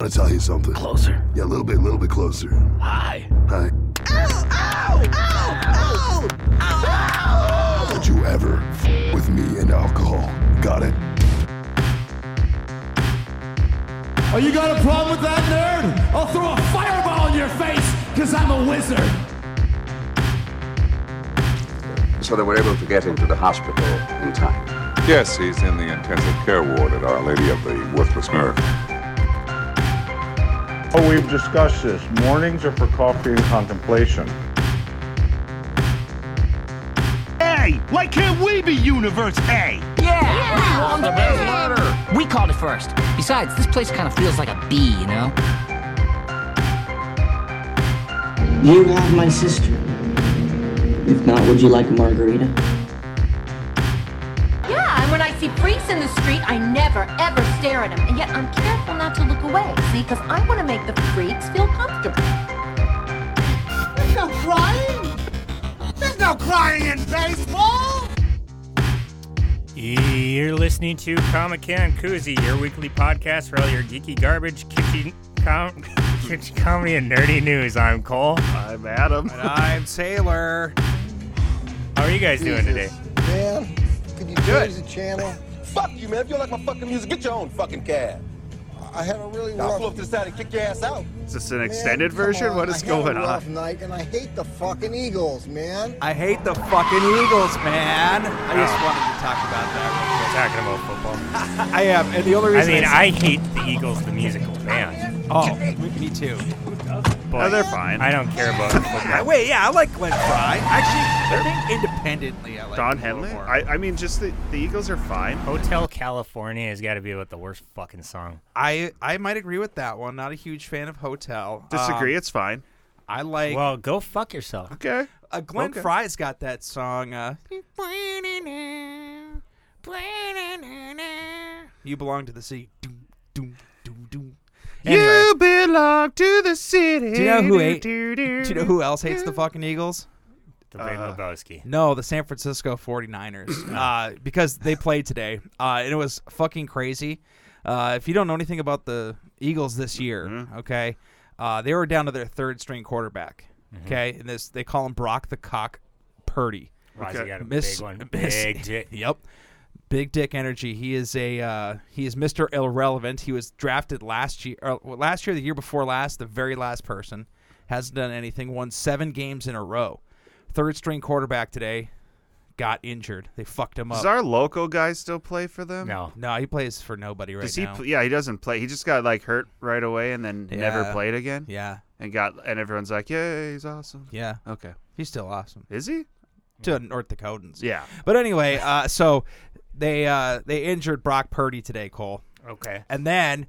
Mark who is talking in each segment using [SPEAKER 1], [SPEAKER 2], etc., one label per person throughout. [SPEAKER 1] i to tell you something.
[SPEAKER 2] Closer.
[SPEAKER 1] Yeah, a little bit, a little bit closer.
[SPEAKER 2] Hi.
[SPEAKER 1] Hi. Don't you ever f- with me and alcohol. Got it?
[SPEAKER 3] Oh, you got a problem with that, nerd? I'll throw a fireball in your face, because I'm a wizard.
[SPEAKER 4] so they were able to get him to the hospital in time.
[SPEAKER 5] Yes, he's in the intensive care ward at Our Lady of the Worthless Nerve.
[SPEAKER 6] Oh, we've discussed this. Mornings are for coffee and contemplation.
[SPEAKER 7] A! Why can't we be Universe A?
[SPEAKER 2] Yeah! We won the best murder! We called it first. Besides, this place kind of feels like a bee, you know?
[SPEAKER 8] You have my sister. If not, would you like a margarita?
[SPEAKER 9] Yeah, and when I see freaks in the street, I never, ever stare at them. And yet I'm careful not to look away, see, because I want to make the freaks feel comfortable.
[SPEAKER 7] There's no crying! There's no crying in baseball!
[SPEAKER 10] You're listening to Comic Con Koozie, your weekly podcast for all your geeky garbage, kitchen, com- kitchen comedy, and nerdy news. I'm Cole.
[SPEAKER 11] I'm Adam.
[SPEAKER 12] And I'm Taylor.
[SPEAKER 10] How are you guys doing today?
[SPEAKER 13] Man, could you change the channel? Fuck you, man. If you don't like my fucking music, get your own fucking cab. I had a really rough... I'll pull up to the side and kick your ass out.
[SPEAKER 11] Is this an extended version? what is going
[SPEAKER 13] I had a rough
[SPEAKER 11] on?
[SPEAKER 13] night, and I hate the fucking Eagles, man.
[SPEAKER 12] I hate the fucking Eagles, man. I just
[SPEAKER 10] Oh.
[SPEAKER 12] wanted to talk about that.
[SPEAKER 10] Talking about football.
[SPEAKER 12] real quick. I am, and the only
[SPEAKER 10] I
[SPEAKER 12] reason
[SPEAKER 10] mean,
[SPEAKER 12] it's-
[SPEAKER 10] I hate the Eagles, the musical band,
[SPEAKER 12] Oh, me too.
[SPEAKER 10] but
[SPEAKER 11] No, Oh, they're fine.
[SPEAKER 10] I don't care about
[SPEAKER 12] Yeah,
[SPEAKER 10] football.
[SPEAKER 12] wait, yeah, I like Glenn Fry. Actually, I think independently, I like
[SPEAKER 11] Don
[SPEAKER 12] him a little
[SPEAKER 11] Henley?
[SPEAKER 12] more.
[SPEAKER 11] I, I mean, just the, the Eagles are fine.
[SPEAKER 10] Hotel California has got to be about the worst fucking song.
[SPEAKER 12] I I might agree with that one. Not a huge fan of Hotel.
[SPEAKER 11] Disagree,
[SPEAKER 12] Um,
[SPEAKER 11] it's fine.
[SPEAKER 12] I like
[SPEAKER 10] Well, go fuck yourself.
[SPEAKER 11] Uh, Okay.
[SPEAKER 12] uh, Glenn
[SPEAKER 11] okay.
[SPEAKER 12] Fry's got that song. Uh, you belong to the sea. Doom, doom, doom, doom. Anyway,
[SPEAKER 11] You belong to the city.
[SPEAKER 12] do you know who hate?
[SPEAKER 11] Do, do,
[SPEAKER 12] Do
[SPEAKER 11] do,
[SPEAKER 12] you know who else hates the fucking Eagles?
[SPEAKER 10] The
[SPEAKER 11] Uh,
[SPEAKER 10] Big Lebowski.
[SPEAKER 12] No, the San Francisco 49ers. uh, because they played today. Uh, and it was fucking crazy. Uh, if you don't know anything about the Eagles this year, okay, uh, they were down to their third string quarterback. Okay. And this they call him Brock the Cock Purdy.
[SPEAKER 10] Rosie got a
[SPEAKER 12] Miss-
[SPEAKER 10] big one.
[SPEAKER 12] Miss-
[SPEAKER 10] Big dick.
[SPEAKER 12] Yep. Big dick energy. He is a uh, he is Mr. Irrelevant. He was drafted last year, or well, last year, the year before last, the very last person. Hasn't done anything. Won seven games in a row. Third string quarterback today got injured. They fucked him up.
[SPEAKER 11] Does our local guy still play for them?
[SPEAKER 10] No.
[SPEAKER 12] no, he plays for nobody right
[SPEAKER 11] Does he?
[SPEAKER 12] now.
[SPEAKER 11] Pl- yeah, he doesn't play. He just got like hurt right away and then never
[SPEAKER 12] Yeah.
[SPEAKER 11] played again.
[SPEAKER 12] yeah,
[SPEAKER 11] And got and everyone's like, yeah, he's awesome.
[SPEAKER 12] yeah.
[SPEAKER 11] Okay.
[SPEAKER 12] He's still awesome.
[SPEAKER 11] Is he?
[SPEAKER 12] To North Dakotans.
[SPEAKER 11] Yeah.
[SPEAKER 12] But anyway, uh, so they uh, they injured Brock Purdy today, Cole.
[SPEAKER 10] Okay.
[SPEAKER 12] And then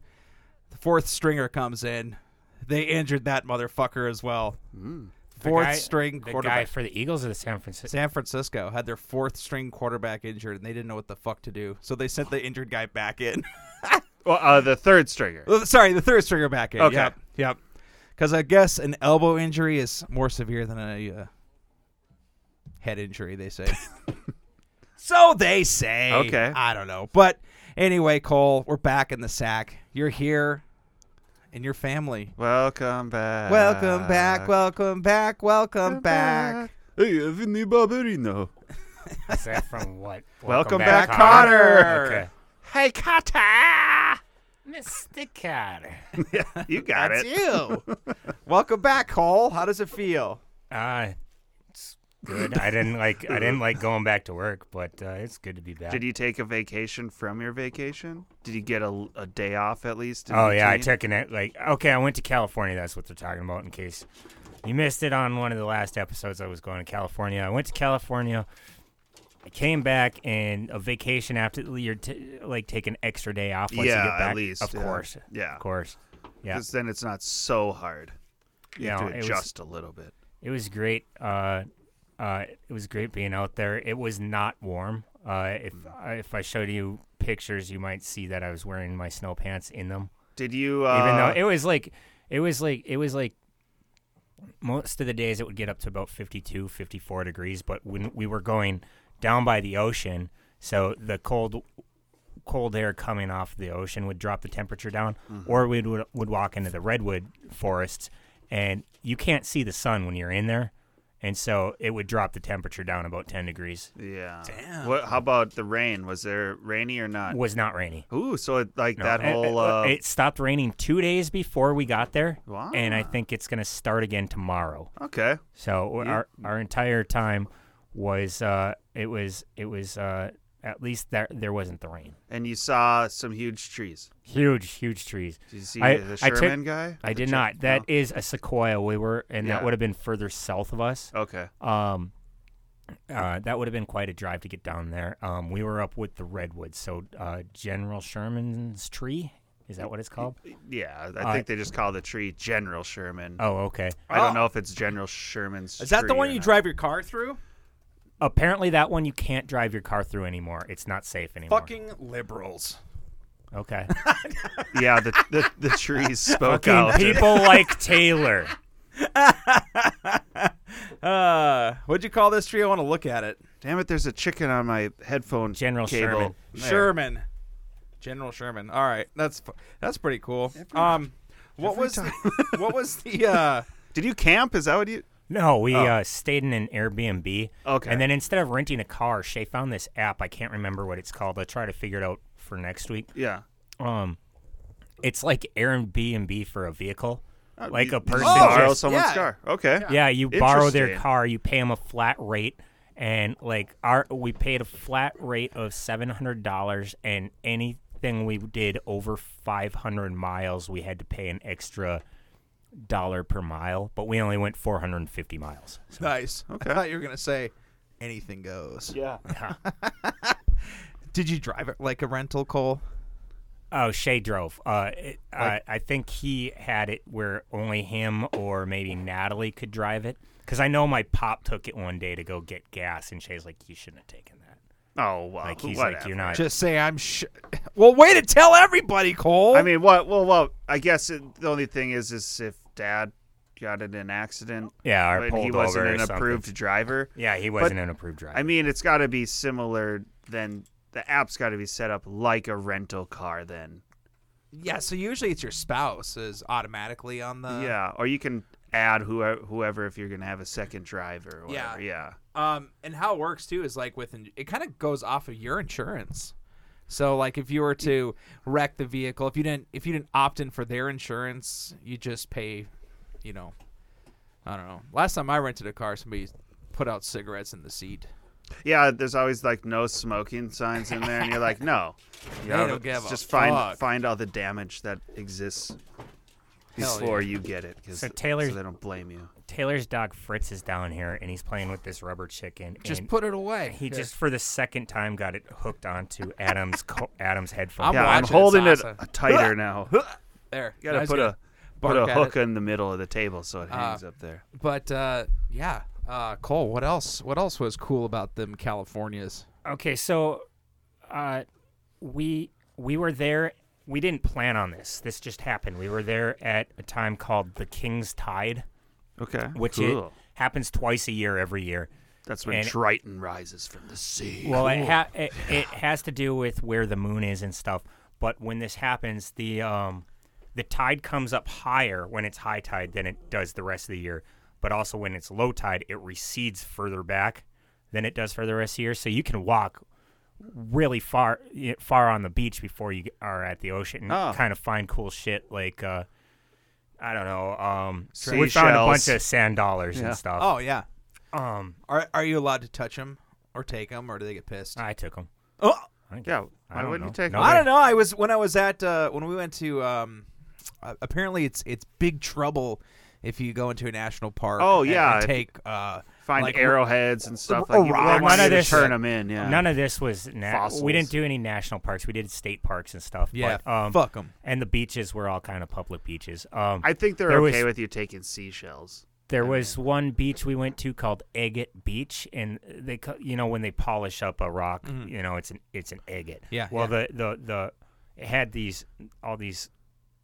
[SPEAKER 12] the fourth stringer comes in. They injured that motherfucker as well.
[SPEAKER 10] Hmm. The
[SPEAKER 12] Fourth
[SPEAKER 10] guy-
[SPEAKER 12] string
[SPEAKER 10] The guy
[SPEAKER 12] quarterback.
[SPEAKER 10] for the Eagles or the San Francisco?
[SPEAKER 12] San Francisco had their fourth string quarterback injured, and they didn't know what the fuck to do. So they sent the injured guy back in.
[SPEAKER 11] Well, uh, the third stringer.
[SPEAKER 12] Oh, Sorry, the third stringer back in.
[SPEAKER 11] Okay.
[SPEAKER 12] Yep. Yep. Because I guess an elbow injury is more severe than a uh, head injury, they say. so they say.
[SPEAKER 11] Okay.
[SPEAKER 12] I don't know. But anyway, Cole, we're back in the sack. You're here, and your family.
[SPEAKER 11] Welcome back.
[SPEAKER 12] Welcome back, welcome back, welcome Uh, back.
[SPEAKER 11] Hey, Anthony Barberino.
[SPEAKER 10] Is that from what?
[SPEAKER 11] Welcome back, Cotter.
[SPEAKER 10] Okay.
[SPEAKER 11] Hey, Kata.
[SPEAKER 10] Mr. Cotter.
[SPEAKER 11] You got
[SPEAKER 12] That's
[SPEAKER 11] it.
[SPEAKER 12] you. welcome back, Cole. How does it feel?
[SPEAKER 10] Uh, it's good. I didn't like. I didn't like going back to work, but uh, it's good to be back.
[SPEAKER 11] Did you take a vacation from your vacation? Did you get a, a day off at least? in
[SPEAKER 10] oh yeah, I
[SPEAKER 11] between?
[SPEAKER 10] took an like. Okay, I went to California. That's what they're talking about. In case you missed it on one of the last episodes, I was going to California. I went to California. I came back and a vacation after you're t- like take an extra day off. Once
[SPEAKER 11] Yeah,
[SPEAKER 10] you get
[SPEAKER 11] at
[SPEAKER 10] back.
[SPEAKER 11] least,
[SPEAKER 10] Of
[SPEAKER 11] yeah.
[SPEAKER 10] course.
[SPEAKER 11] Yeah.
[SPEAKER 10] Of course. Yeah.
[SPEAKER 11] 'Cause then it's not so hard. You
[SPEAKER 10] No,
[SPEAKER 11] have
[SPEAKER 10] it
[SPEAKER 11] to
[SPEAKER 10] was-
[SPEAKER 11] adjust a little bit.
[SPEAKER 10] It was great. Uh, uh, it was great being out there. It was not warm. Uh, if I if I showed you pictures, you might see that I was wearing my snow pants in them.
[SPEAKER 11] Did you? Uh,
[SPEAKER 10] Even though it was like, it was like, it was like. Most of the days it would get up to about 52, 54 degrees, but when we were going down by the ocean, so the cold cold air coming off the ocean would drop the temperature down,
[SPEAKER 14] Mhm.
[SPEAKER 11] Mm-hmm.
[SPEAKER 10] or we would would walk into the redwood forests, and you can't see the sun when you're in there, and so it would drop the temperature down about ten degrees.
[SPEAKER 11] Yeah. Damn. What? How about the rain? Was there rainy or not?
[SPEAKER 10] Was not rainy.
[SPEAKER 11] Ooh, so it, like
[SPEAKER 10] No,
[SPEAKER 11] that
[SPEAKER 10] it-
[SPEAKER 11] whole.
[SPEAKER 10] it,
[SPEAKER 11] uh,
[SPEAKER 10] it stopped raining two days before we got there,
[SPEAKER 11] Wow.
[SPEAKER 10] and I think it's gonna start again tomorrow.
[SPEAKER 11] Okay.
[SPEAKER 10] So
[SPEAKER 11] Yeah.
[SPEAKER 10] our our entire time was uh, it was it was uh, at least there there wasn't the rain.
[SPEAKER 11] and you saw some huge trees.
[SPEAKER 10] Huge, huge trees.
[SPEAKER 11] Did you see
[SPEAKER 10] I,
[SPEAKER 11] the
[SPEAKER 10] I took-
[SPEAKER 11] Sherman guy?
[SPEAKER 10] I
[SPEAKER 11] The
[SPEAKER 10] did
[SPEAKER 11] Ch-
[SPEAKER 10] not. That is a sequoia. We were, and that
[SPEAKER 11] Yeah.
[SPEAKER 10] would have been further south of us.
[SPEAKER 11] Okay.
[SPEAKER 10] Um, uh, that would have been quite a drive to get down there. Um, we were up with the redwoods, so uh, General Sherman's tree. Is that what it's called?
[SPEAKER 11] Yeah, I
[SPEAKER 10] Uh,
[SPEAKER 11] think they just call the tree General Sherman.
[SPEAKER 10] Oh, okay.
[SPEAKER 11] I don't know if it's General Sherman's.
[SPEAKER 12] Is that the
[SPEAKER 11] tree
[SPEAKER 12] one
[SPEAKER 11] or
[SPEAKER 12] you
[SPEAKER 11] not.
[SPEAKER 12] drive your car through?
[SPEAKER 10] Apparently, that one you can't drive your car through anymore. It's not safe anymore.
[SPEAKER 12] Fucking liberals.
[SPEAKER 10] Okay.
[SPEAKER 11] yeah, the, the the trees spoke
[SPEAKER 10] Fucking
[SPEAKER 11] out.
[SPEAKER 10] people like Taylor.
[SPEAKER 12] Uh, what'd you call this tree? I want to look at it.
[SPEAKER 11] Damn it! There's a chicken on my headphone
[SPEAKER 10] General
[SPEAKER 11] cable.
[SPEAKER 10] Sherman.
[SPEAKER 11] There.
[SPEAKER 12] Sherman. General Sherman. All right, that's fu- that's pretty cool. um, what was the- what was the uh?
[SPEAKER 11] Did you camp? Is that what you?
[SPEAKER 10] No, we
[SPEAKER 11] Oh.
[SPEAKER 10] uh, stayed in an Airbnb.
[SPEAKER 11] Okay.
[SPEAKER 10] And then instead of renting a car, Shay found this app. I can't remember what it's called. I'll try to figure it out for next week.
[SPEAKER 11] Yeah.
[SPEAKER 10] Um, it's like Airbnb for a vehicle.
[SPEAKER 11] Oh,
[SPEAKER 10] like
[SPEAKER 11] you- you
[SPEAKER 10] a person
[SPEAKER 11] just borrow
[SPEAKER 10] just-
[SPEAKER 11] someone's Yeah. car. Okay.
[SPEAKER 10] Yeah, you borrow their
[SPEAKER 11] Interesting.
[SPEAKER 10] car, you pay them a flat rate, and like our we paid a flat rate of seven hundred dollars, and anything we did over five hundred miles, we had to pay an extra dollar per mile. But we only went four hundred and fifty miles.
[SPEAKER 12] Nice. I thought you were gonna say anything goes.
[SPEAKER 11] Yeah.
[SPEAKER 12] Did you drive it like a rental, Cole?
[SPEAKER 10] Oh, Shay drove. Uh, it, uh, I think he had it where only him or maybe Natalie could drive it. Because I know my pop took it one day to go get gas, and Shay's like, "You shouldn't have taken that."
[SPEAKER 11] Oh, wow.
[SPEAKER 10] Like he's like,
[SPEAKER 11] whatever.
[SPEAKER 10] "You're not."
[SPEAKER 12] Just say I'm. Sh- well, way to tell everybody, Cole.
[SPEAKER 11] I mean, what? Well, well, I guess it, the only thing is, is if Dad got in an accident.
[SPEAKER 10] Yeah, or
[SPEAKER 11] but he
[SPEAKER 10] pulled
[SPEAKER 11] wasn't
[SPEAKER 10] over or
[SPEAKER 11] an
[SPEAKER 10] something.
[SPEAKER 11] approved driver.
[SPEAKER 10] Yeah, he
[SPEAKER 11] But,
[SPEAKER 10] wasn't an approved driver.
[SPEAKER 11] I mean, it's got to be similar. Then the app's got to be set up like a rental car. Then
[SPEAKER 12] Yeah. So usually it's your spouse is automatically on the.
[SPEAKER 11] yeah, or you can add whoever, whoever if you're gonna have a second driver. Or
[SPEAKER 12] Yeah.
[SPEAKER 11] whatever. yeah.
[SPEAKER 12] Um, and how it works too is like with in- it kind of goes off of your insurance. So like if you were to wreck the vehicle, if you didn't if you didn't opt in for their insurance, you just pay, you know, I don't know. Last time I rented a car, somebody put out cigarettes in the seat.
[SPEAKER 11] Yeah, there's always like no smoking signs in there, and you're like, no.
[SPEAKER 12] They
[SPEAKER 11] Yeah,
[SPEAKER 12] don't give a
[SPEAKER 11] just find
[SPEAKER 12] fuck.
[SPEAKER 11] find all the damage that exists
[SPEAKER 10] Hell
[SPEAKER 11] before
[SPEAKER 10] yeah.
[SPEAKER 11] you get it, 'cause-
[SPEAKER 10] So Taylor's-
[SPEAKER 11] they don't blame you.
[SPEAKER 10] Taylor's dog Fritz is down here, and he's playing with this rubber chicken.
[SPEAKER 12] Just
[SPEAKER 10] and
[SPEAKER 12] put it away.
[SPEAKER 10] He
[SPEAKER 12] Here.
[SPEAKER 10] just for the second time got it hooked onto Adam's co- Adam's headphone.
[SPEAKER 12] I'm
[SPEAKER 11] yeah, I'm holding it tighter now.
[SPEAKER 12] There.
[SPEAKER 11] You gotta
[SPEAKER 12] Nice
[SPEAKER 11] put
[SPEAKER 12] guy.
[SPEAKER 11] a put a
[SPEAKER 12] Bark at it.
[SPEAKER 11] hook in the middle of the table so it hangs
[SPEAKER 12] Uh,
[SPEAKER 11] up there.
[SPEAKER 12] But uh, yeah, uh, Cole, what else? What else was cool about them Californias?
[SPEAKER 10] Okay, so uh, we we were there. We didn't plan on this. This just happened. We were there at a time called the King's Tide.
[SPEAKER 11] Okay,
[SPEAKER 10] which it
[SPEAKER 11] cool.
[SPEAKER 10] happens twice a year every year.
[SPEAKER 11] That's when
[SPEAKER 10] And-
[SPEAKER 11] Triton rises from the sea.
[SPEAKER 10] Well, it,
[SPEAKER 11] Cool.
[SPEAKER 10] ha- it, it has to do with where the moon is and stuff. But when this happens, the um, the tide comes up higher when it's high tide than it does the rest of the year. But also when it's low tide, it recedes further back than it does for the rest of the year. So you can walk really far y- far on the beach before you are at the ocean and
[SPEAKER 11] Oh.
[SPEAKER 10] kind of find cool shit like uh, I don't know. Um, we found a bunch
[SPEAKER 12] Seashells.
[SPEAKER 10] of sand dollars
[SPEAKER 12] Yeah.
[SPEAKER 10] and stuff.
[SPEAKER 12] Oh yeah.
[SPEAKER 10] Um,
[SPEAKER 12] are are you allowed to touch them or take them, or do they get pissed?
[SPEAKER 10] I took them.
[SPEAKER 12] Oh,
[SPEAKER 11] yeah.
[SPEAKER 10] I don't know.
[SPEAKER 12] I
[SPEAKER 10] Nobody-
[SPEAKER 12] don't know. I was when I was at uh, when we went to. Um, uh, apparently, it's it's big trouble if you go into a national park.
[SPEAKER 11] Oh
[SPEAKER 12] and-
[SPEAKER 11] yeah,
[SPEAKER 12] and
[SPEAKER 11] if-
[SPEAKER 12] take uh,
[SPEAKER 11] find
[SPEAKER 12] like,
[SPEAKER 11] arrowheads and stuff
[SPEAKER 12] or
[SPEAKER 11] like you
[SPEAKER 12] rocks.
[SPEAKER 11] want
[SPEAKER 10] none
[SPEAKER 11] you
[SPEAKER 10] of
[SPEAKER 11] to
[SPEAKER 10] this
[SPEAKER 11] turn them in. Yeah,
[SPEAKER 10] None of this was na- we
[SPEAKER 11] Fossils.
[SPEAKER 10] didn't do any national parks. We did state parks and stuff.
[SPEAKER 12] Yeah,
[SPEAKER 10] but, um,
[SPEAKER 12] fuck 'em.
[SPEAKER 10] And the beaches were all kind of public beaches. Um,
[SPEAKER 11] I think they're
[SPEAKER 10] there
[SPEAKER 11] okay
[SPEAKER 10] was-
[SPEAKER 11] with you taking seashells.
[SPEAKER 10] There was one beach we went to called Agate Beach, and they, co- you know, when they polish up a rock,
[SPEAKER 12] Mhm.
[SPEAKER 10] you know, it's an it's an agate.
[SPEAKER 12] Yeah,
[SPEAKER 10] Well, the the the it had these all these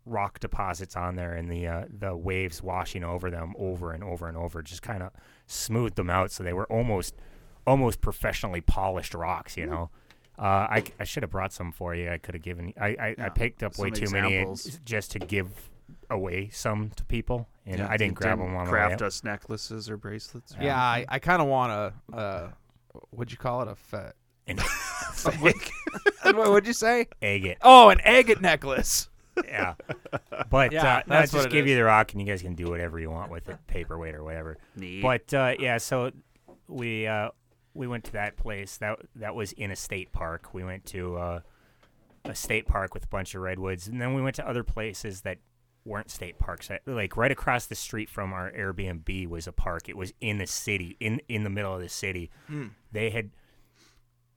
[SPEAKER 10] rock deposits on there, and the uh, the waves washing over them over and over and over, just kind of
[SPEAKER 12] Mm.
[SPEAKER 10] smoothed them out, so they were almost almost professionally polished rocks, you know. Uh, I, I should have brought some for you. I could have given. I I, I picked up way
[SPEAKER 11] some
[SPEAKER 10] too many
[SPEAKER 11] examples.
[SPEAKER 10] uh, just to give away some to people, and I didn't grab them on the way
[SPEAKER 11] Craft
[SPEAKER 10] up.
[SPEAKER 11] us necklaces or bracelets.
[SPEAKER 12] Yeah, I, I kind of want a, uh, what'd you call it? A fat.
[SPEAKER 10] fake.
[SPEAKER 12] what would you say?
[SPEAKER 10] Agate.
[SPEAKER 12] Oh, an agate necklace.
[SPEAKER 10] Yeah. But
[SPEAKER 12] Yeah,
[SPEAKER 10] uh, no,
[SPEAKER 12] that's what
[SPEAKER 10] just
[SPEAKER 12] it
[SPEAKER 10] give
[SPEAKER 12] is.
[SPEAKER 10] you the rock, and you guys can do whatever you want with it, paperweight or whatever.
[SPEAKER 11] Neat.
[SPEAKER 10] But uh, yeah, so we uh, we went to that place. That that was in a state park. We went to uh, a state park with a bunch of redwoods, and then we went to other places that weren't state parks. That- Like right across the street from our Airbnb was a park. It was in the city, in in the middle of the city.
[SPEAKER 12] Hmm.
[SPEAKER 10] They had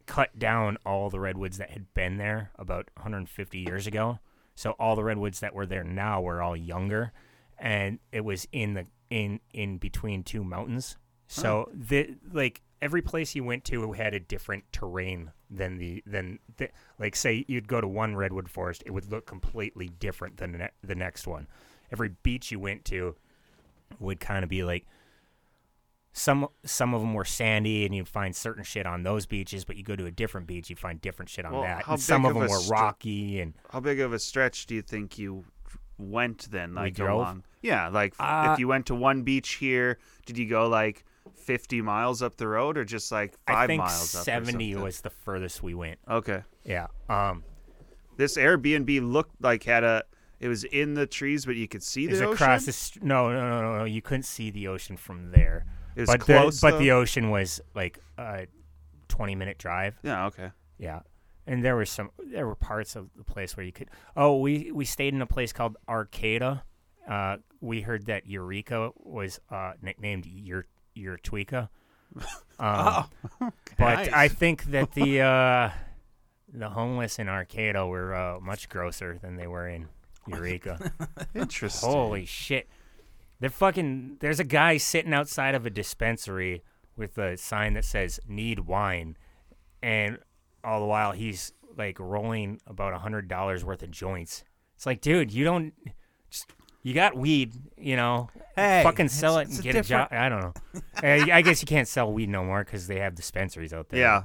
[SPEAKER 10] cut down all the redwoods that had been there about 150 years ago. So all the redwoods that were there now were all younger, and it was in the in in between two mountains. So
[SPEAKER 11] Oh.
[SPEAKER 10] the like every place you went to had a different terrain than the than the, like say you'd go to one redwood forest, it would look completely different than the ne- the next one. Every beach you went to would kind of be like some some of them were sandy and you'd find certain shit on those beaches but you go to a different beach you find different shit on
[SPEAKER 11] Well,
[SPEAKER 10] that
[SPEAKER 11] how
[SPEAKER 10] and some
[SPEAKER 11] big
[SPEAKER 10] of
[SPEAKER 11] of
[SPEAKER 10] them
[SPEAKER 11] a
[SPEAKER 10] were
[SPEAKER 11] str-
[SPEAKER 10] rocky and
[SPEAKER 11] How big of a stretch do you think you went then? Like
[SPEAKER 10] drove?
[SPEAKER 11] along? Yeah, like f-
[SPEAKER 10] Uh,
[SPEAKER 11] if you went to one beach here, did you go like 50 miles up the road or just like five
[SPEAKER 10] i think
[SPEAKER 11] miles? up or
[SPEAKER 10] 70
[SPEAKER 11] something?
[SPEAKER 10] was the furthest we went
[SPEAKER 11] Okay.
[SPEAKER 10] yeah um
[SPEAKER 11] This Airbnb looked like had a. It was in the trees, but you could see
[SPEAKER 10] is
[SPEAKER 11] the ocean.
[SPEAKER 10] across the str- no, no no no no you couldn't see the ocean from there
[SPEAKER 11] It was
[SPEAKER 10] but
[SPEAKER 11] close,
[SPEAKER 10] the, but the
[SPEAKER 11] though?
[SPEAKER 10] ocean was like a 20 minute drive
[SPEAKER 11] Yeah, okay.
[SPEAKER 10] yeah and there were some there were parts of the place where you could oh we we stayed in a place called arcata uh we heard that eureka was uh nicknamed your your tweeka um,
[SPEAKER 12] Oh,
[SPEAKER 10] but
[SPEAKER 12] nice.
[SPEAKER 10] i think that the uh the homeless in arcata were uh, much grosser than they were in eureka
[SPEAKER 11] Interesting.
[SPEAKER 10] holy shit they're fucking there's a guy sitting outside of a dispensary with a sign that says need wine and all the while he's like rolling about a hundred dollars worth of joints. It's like, dude, you don't just you got weed, you know.
[SPEAKER 12] Hey,
[SPEAKER 10] fucking sell it
[SPEAKER 12] it's-
[SPEAKER 10] and
[SPEAKER 12] it's a
[SPEAKER 10] get a job.
[SPEAKER 12] different-
[SPEAKER 10] I don't know. I, I guess you can't sell weed no more because they have dispensaries out there.
[SPEAKER 11] Yeah.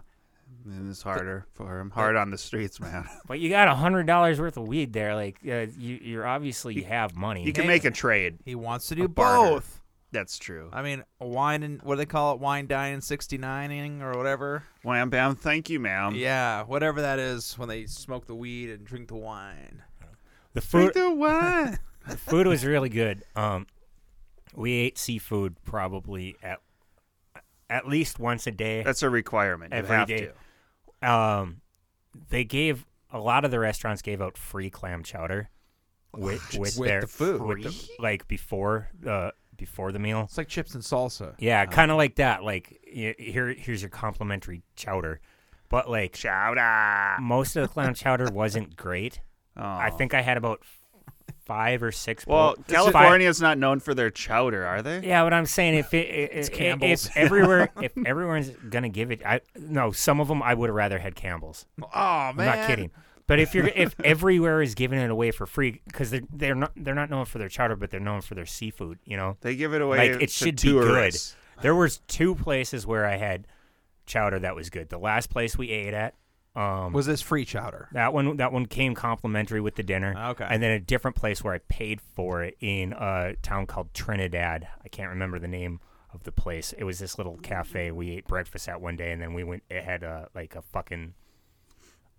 [SPEAKER 11] And it's harder for him. Hard on the streets, man.
[SPEAKER 10] But you got a hundred dollars worth of weed there. Like uh, you, you're obviously you, have money.
[SPEAKER 11] You can make a trade.
[SPEAKER 12] He wants to do
[SPEAKER 11] barter.
[SPEAKER 12] both.
[SPEAKER 11] That's true.
[SPEAKER 12] I mean, a wine and what do they call it? Wine dining 69ing or whatever.
[SPEAKER 11] Wham bam, thank you, ma'am.
[SPEAKER 12] Yeah, whatever that is when they smoke the weed and drink the wine.
[SPEAKER 10] the food.
[SPEAKER 11] the wine.
[SPEAKER 10] the food was really good. Um, we ate seafood probably at at least once a day.
[SPEAKER 11] That's a requirement. You
[SPEAKER 10] Every
[SPEAKER 11] have
[SPEAKER 10] day. Um, they gave a lot of the restaurants gave out free clam chowder with with,
[SPEAKER 12] With
[SPEAKER 10] their
[SPEAKER 12] the food.
[SPEAKER 10] with the-
[SPEAKER 12] Free?
[SPEAKER 10] like before uh before the meal.
[SPEAKER 12] It's like chips and salsa.
[SPEAKER 10] Yeah, kind of like that. Like y- here, here's your complimentary chowder, but like
[SPEAKER 11] chowder.
[SPEAKER 10] Most of the clam chowder wasn't great. I
[SPEAKER 11] Oh.
[SPEAKER 10] think I had about five or six.
[SPEAKER 11] Well,
[SPEAKER 10] bowls- five-
[SPEAKER 11] California's not known for their chowder, are they?
[SPEAKER 10] yeah, but I'm saying if it, i-
[SPEAKER 11] It's
[SPEAKER 10] i-
[SPEAKER 11] Campbell's.
[SPEAKER 10] if everywhere if everyone's gonna give it, I no. Some of them I would have rather had Campbell's. Oh I'm
[SPEAKER 12] man.
[SPEAKER 10] not kidding. But if you're if everywhere is giving it away for free because they're they're not they're not known for their chowder, but they're known for their seafood. You know,
[SPEAKER 11] They give it away
[SPEAKER 10] Like
[SPEAKER 11] to
[SPEAKER 10] it should
[SPEAKER 11] tourists.
[SPEAKER 10] be good. There was two places where I had chowder that was good. The last place we ate at um,
[SPEAKER 12] Was this free chowder?
[SPEAKER 10] that one that one came complimentary with the dinner.
[SPEAKER 12] Okay.
[SPEAKER 10] And then a different place where I paid for it in a town called Trinidad. I can't remember the name of the place. It was this little cafe we ate breakfast at one day and then we went it had a like a fucking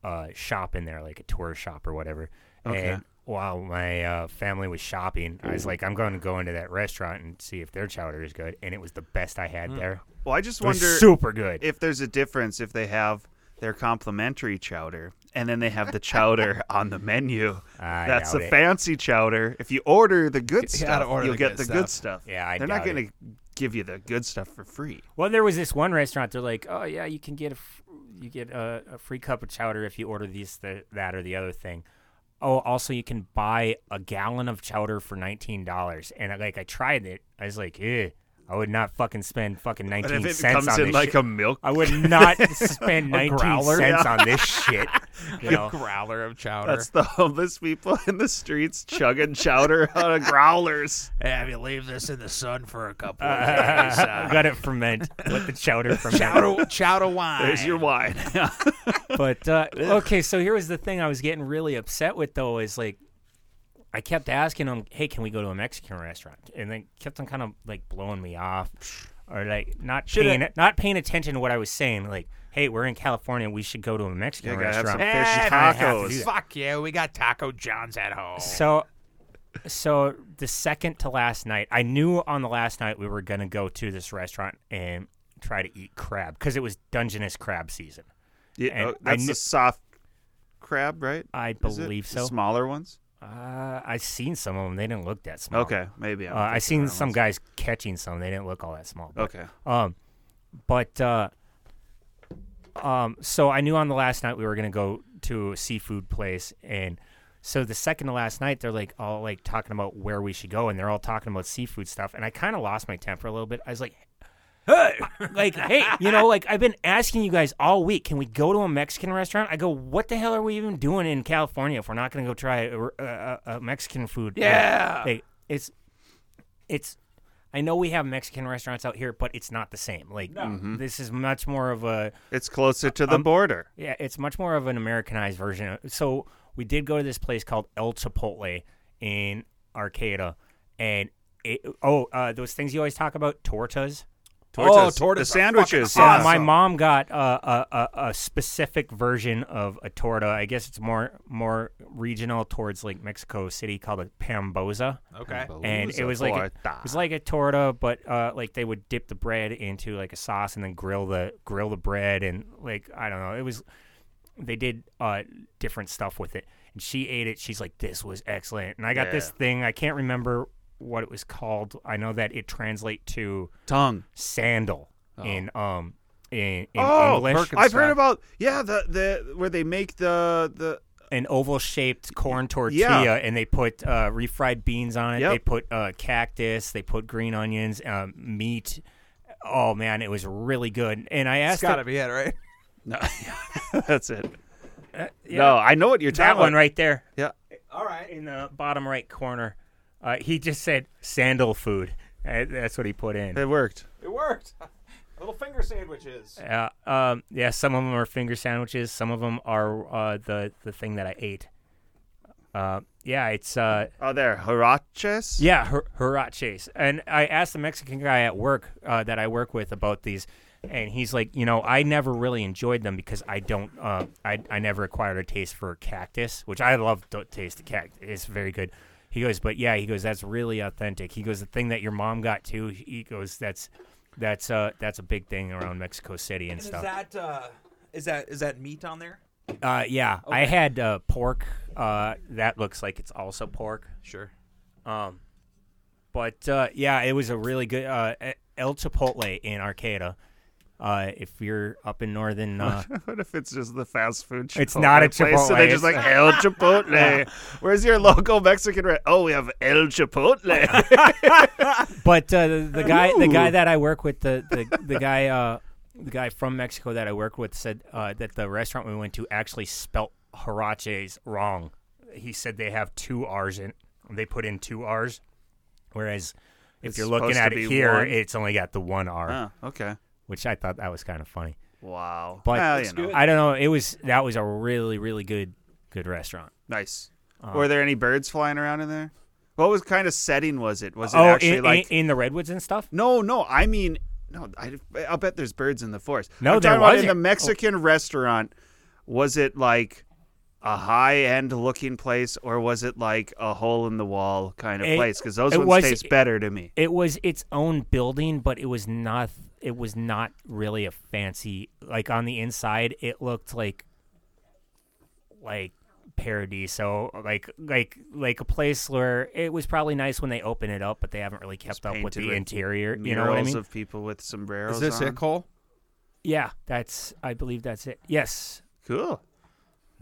[SPEAKER 10] uh, shop in there, like a tour shop or whatever.
[SPEAKER 11] Okay.
[SPEAKER 10] And while my uh, family was shopping, I was like, I'm going to go into that restaurant and see if their chowder is good, and it was the best I had there.
[SPEAKER 11] Well, I just
[SPEAKER 10] It was
[SPEAKER 11] Hmm. wonder
[SPEAKER 10] super good.
[SPEAKER 11] if there's a difference if they have their complimentary chowder and then they have the chowder on the menu.
[SPEAKER 10] I
[SPEAKER 11] That's
[SPEAKER 10] doubt
[SPEAKER 11] the
[SPEAKER 10] it.
[SPEAKER 11] fancy chowder. If you order the good
[SPEAKER 10] You gotta
[SPEAKER 11] stuff,
[SPEAKER 10] order
[SPEAKER 11] you'll
[SPEAKER 10] the
[SPEAKER 11] get
[SPEAKER 10] good
[SPEAKER 11] the good
[SPEAKER 10] stuff.
[SPEAKER 11] stuff.
[SPEAKER 10] Yeah, I
[SPEAKER 11] They're not
[SPEAKER 10] doubt
[SPEAKER 11] going to give you the good stuff for free.
[SPEAKER 10] Well, there was this one restaurant. They're like, oh yeah, you can get a f- you get a, a free cup of chowder if you order these th- that or the other thing. Oh, also you can buy a gallon of chowder for nineteen dollars. And I, like I tried it, I was like, eh, I would not fucking spend fucking
[SPEAKER 11] if
[SPEAKER 10] nineteen
[SPEAKER 11] it
[SPEAKER 10] cents
[SPEAKER 11] comes
[SPEAKER 10] on
[SPEAKER 11] in
[SPEAKER 10] this
[SPEAKER 11] like
[SPEAKER 10] shit.
[SPEAKER 11] a milk-
[SPEAKER 10] I would not
[SPEAKER 11] A
[SPEAKER 10] spend nineteen
[SPEAKER 11] growler?
[SPEAKER 10] cents
[SPEAKER 11] Yeah.
[SPEAKER 10] on this shit. You
[SPEAKER 11] A
[SPEAKER 10] know?
[SPEAKER 12] growler of chowder.
[SPEAKER 11] That's the homeless people in the streets chugging chowder out of growlers.
[SPEAKER 12] Have you leave this in the sun for a couple of days?
[SPEAKER 10] Uh, got it ferment. Let the chowder ferment.
[SPEAKER 12] Chowder, chowder wine.
[SPEAKER 11] There's your wine.
[SPEAKER 10] but uh, okay, so here was the thing I was getting really upset with though is like, I kept asking them, "Hey, can we go to a Mexican restaurant?" And they kept on kind of like blowing me off, or like not
[SPEAKER 11] Shoulda-
[SPEAKER 10] paying not paying attention to what I was saying. Like, "Hey, we're in California. We should go to a Mexican
[SPEAKER 11] Yeah, gotta have
[SPEAKER 10] restaurant."
[SPEAKER 11] some fish and
[SPEAKER 10] Eh, I have to do that.
[SPEAKER 12] Fuck you. We got Taco John's at home.
[SPEAKER 10] So, so the second to last night, I knew on the last night we were gonna go to this restaurant and try to eat crab because it was Dungeness crab season.
[SPEAKER 11] Yeah,
[SPEAKER 10] And
[SPEAKER 11] oh, that's
[SPEAKER 10] kn-
[SPEAKER 11] the soft crab, right? I
[SPEAKER 10] believe so.
[SPEAKER 11] Smaller ones.
[SPEAKER 10] Uh, I seen some of them. They didn't look that small.
[SPEAKER 11] Okay, maybe
[SPEAKER 10] Uh,
[SPEAKER 11] I'm
[SPEAKER 10] I
[SPEAKER 11] thinking
[SPEAKER 10] seen
[SPEAKER 11] of the
[SPEAKER 10] some
[SPEAKER 11] ones.
[SPEAKER 10] guys catching some. They didn't look all that small.
[SPEAKER 11] Okay.
[SPEAKER 10] Um, but uh, um, so I knew on the last night we were gonna go to a seafood place, and so the second to last night they're like all like talking about where we should go, and they're all talking about seafood stuff, and I kind of lost my temper a little bit. I was like. Hey, like, hey, you know, like I've been asking you guys all week, can we go to a Mexican restaurant? I go, what the hell are we even doing in California if we're not going to go try a, a, a Mexican food?
[SPEAKER 12] Yeah.
[SPEAKER 10] Like, it's it's I know we have Mexican restaurants out here, but it's not the same. Like
[SPEAKER 11] Mhm.
[SPEAKER 10] this is much more of a
[SPEAKER 11] It's closer to the border.
[SPEAKER 10] Yeah, it's much more of an Americanized version. of- So we did go to this place called El Chipotle in Arcata, and it, oh, uh, those things you always talk about, tortas. Oh,
[SPEAKER 11] Tortas. The tortas are sandwiches, fucking yeah.
[SPEAKER 10] My
[SPEAKER 11] awesome.
[SPEAKER 10] mom got uh, a, a, a specific version of a torta. I guess it's more more regional towards like Mexico City, called a pamboza.
[SPEAKER 12] Okay.
[SPEAKER 10] and it
[SPEAKER 12] Pamboza
[SPEAKER 10] was like a,
[SPEAKER 12] torta.
[SPEAKER 10] it was like a torta, but uh, like they would dip the bread into like a sauce and then grill the grill the bread and like I don't know. It was they did uh, different stuff with it, and she ate it. She's like, "This was excellent," and I got this
[SPEAKER 11] Yeah.
[SPEAKER 10] thing. I can't remember what it was called. I know that it translates to
[SPEAKER 11] tongue
[SPEAKER 10] sandal in um in, in
[SPEAKER 11] oh,
[SPEAKER 10] English.
[SPEAKER 11] I've heard about yeah the the where they make the the
[SPEAKER 10] an oval shaped corn tortilla, and they put uh, refried beans on it.
[SPEAKER 11] Yep.
[SPEAKER 10] They put uh, cactus. They put green onions, um, meat. Oh man, it was really good. And I asked,
[SPEAKER 12] gotta
[SPEAKER 10] the-
[SPEAKER 12] be it, right?
[SPEAKER 11] No, that's it.
[SPEAKER 10] Uh, yeah.
[SPEAKER 11] No, I know what you're
[SPEAKER 10] that
[SPEAKER 11] talking
[SPEAKER 10] one
[SPEAKER 11] about.
[SPEAKER 10] right there.
[SPEAKER 11] Yeah.
[SPEAKER 10] All right, in the bottom right corner, uh, he just said sandal food. Uh, that's what he put in.
[SPEAKER 11] It worked.
[SPEAKER 12] It worked. Little finger sandwiches.
[SPEAKER 10] Yeah, um, yeah. Some of them are finger sandwiches. Some of them are uh, the the thing that I ate. Uh, yeah, it's. Uh,
[SPEAKER 11] oh, there, huaraches.
[SPEAKER 10] Yeah, hur- huaraches. And I asked the Mexican guy at work uh, that I work with about these, and he's like, you know, I never really enjoyed them because I don't. Uh, I I never acquired a taste for cactus, which I love the taste of cactus. It's very good. He goes, but yeah, he goes, that's really authentic. He goes, the thing that your mom got too. He goes, that's. That's uh that's a big thing around Mexico City and
[SPEAKER 12] Is
[SPEAKER 10] stuff.
[SPEAKER 12] that uh, is that is that meat on there?
[SPEAKER 10] Uh, yeah, I
[SPEAKER 12] Okay.
[SPEAKER 10] had uh, pork. Uh, that looks like it's also pork.
[SPEAKER 12] Sure.
[SPEAKER 10] Um, but uh, yeah, it was a really good uh, El Chipotle in Arcata. Uh, if you're up in northern, uh,
[SPEAKER 11] what if it's just the fast food? Chipotle
[SPEAKER 10] It's not a
[SPEAKER 11] place, So
[SPEAKER 10] Chipotle,
[SPEAKER 11] they're just like
[SPEAKER 10] it's-
[SPEAKER 11] El Chipotle.
[SPEAKER 10] Yeah.
[SPEAKER 11] Where's your local Mexican? Re- oh, we have El Chipotle.
[SPEAKER 10] but uh, the, the guy, the guy
[SPEAKER 11] Ooh.
[SPEAKER 10] that I work with, the the, the guy, uh, the guy from Mexico that I work with said uh, that the restaurant we went to actually spelt huaraches wrong. He said they have two R's in. They put in two R's, whereas if
[SPEAKER 11] It's
[SPEAKER 10] you're looking
[SPEAKER 11] supposed
[SPEAKER 10] at
[SPEAKER 11] to
[SPEAKER 10] it
[SPEAKER 11] be
[SPEAKER 10] here,
[SPEAKER 11] one.
[SPEAKER 10] it's only got the one R.
[SPEAKER 11] Oh, okay.
[SPEAKER 10] Which I thought that was kind of funny.
[SPEAKER 11] wow.
[SPEAKER 10] But
[SPEAKER 11] Well, you know.
[SPEAKER 10] I don't know. It was that was a really really good good restaurant.
[SPEAKER 11] Nice.
[SPEAKER 10] Uh,
[SPEAKER 11] Were there any birds flying around in there? What was kind of setting was it? Was it
[SPEAKER 10] Oh,
[SPEAKER 11] actually
[SPEAKER 10] in-
[SPEAKER 11] like
[SPEAKER 10] in- in the redwoods and stuff?
[SPEAKER 11] No, no. I mean, no. I, I'll bet there's birds in the forest.
[SPEAKER 10] No,
[SPEAKER 11] I'm
[SPEAKER 10] there
[SPEAKER 11] talking about in
[SPEAKER 10] wasn't.
[SPEAKER 11] the Mexican restaurant. Was it like a high end looking place, or was it like a hole in the wall kind of
[SPEAKER 10] It-
[SPEAKER 11] place? Because those
[SPEAKER 10] it
[SPEAKER 11] ones
[SPEAKER 10] was-
[SPEAKER 11] taste better to me.
[SPEAKER 10] It was its own building, but it was not it was not really a fancy like on the inside it looked like like paradiso like like like a place where it was probably nice when they opened it up but they haven't really kept up with
[SPEAKER 11] painted
[SPEAKER 10] the interior you know
[SPEAKER 11] murals
[SPEAKER 10] what i mean
[SPEAKER 11] of people with sombreros.
[SPEAKER 12] Is this
[SPEAKER 11] on.
[SPEAKER 12] it, Cole?
[SPEAKER 10] yeah that's i believe that's it yes
[SPEAKER 11] Cool.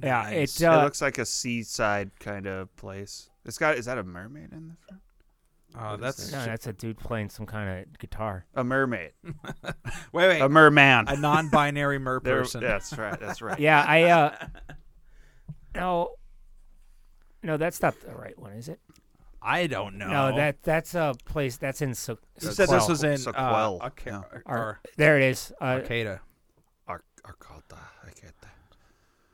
[SPEAKER 10] yeah
[SPEAKER 11] Nice.
[SPEAKER 10] it, uh,
[SPEAKER 11] looks like a seaside kind of place. It's got. Is that a mermaid in the front?
[SPEAKER 12] Uh, that's
[SPEAKER 10] no, that's a dude playing some kind of guitar.
[SPEAKER 11] A mermaid.
[SPEAKER 10] wait,
[SPEAKER 12] wait.
[SPEAKER 11] A merman.
[SPEAKER 12] A non-binary mer
[SPEAKER 11] Um, There-
[SPEAKER 12] person.
[SPEAKER 11] That's right. That's right.
[SPEAKER 10] yeah, I. uh No, no, that's not the right one, is it?
[SPEAKER 12] I don't know.
[SPEAKER 10] No, that that's a place that's in. So-
[SPEAKER 12] You said this was in, Sequel. uh, Arca- Yeah.
[SPEAKER 10] Ar-
[SPEAKER 12] Ar-
[SPEAKER 10] there it is. Uh,
[SPEAKER 12] Arcata.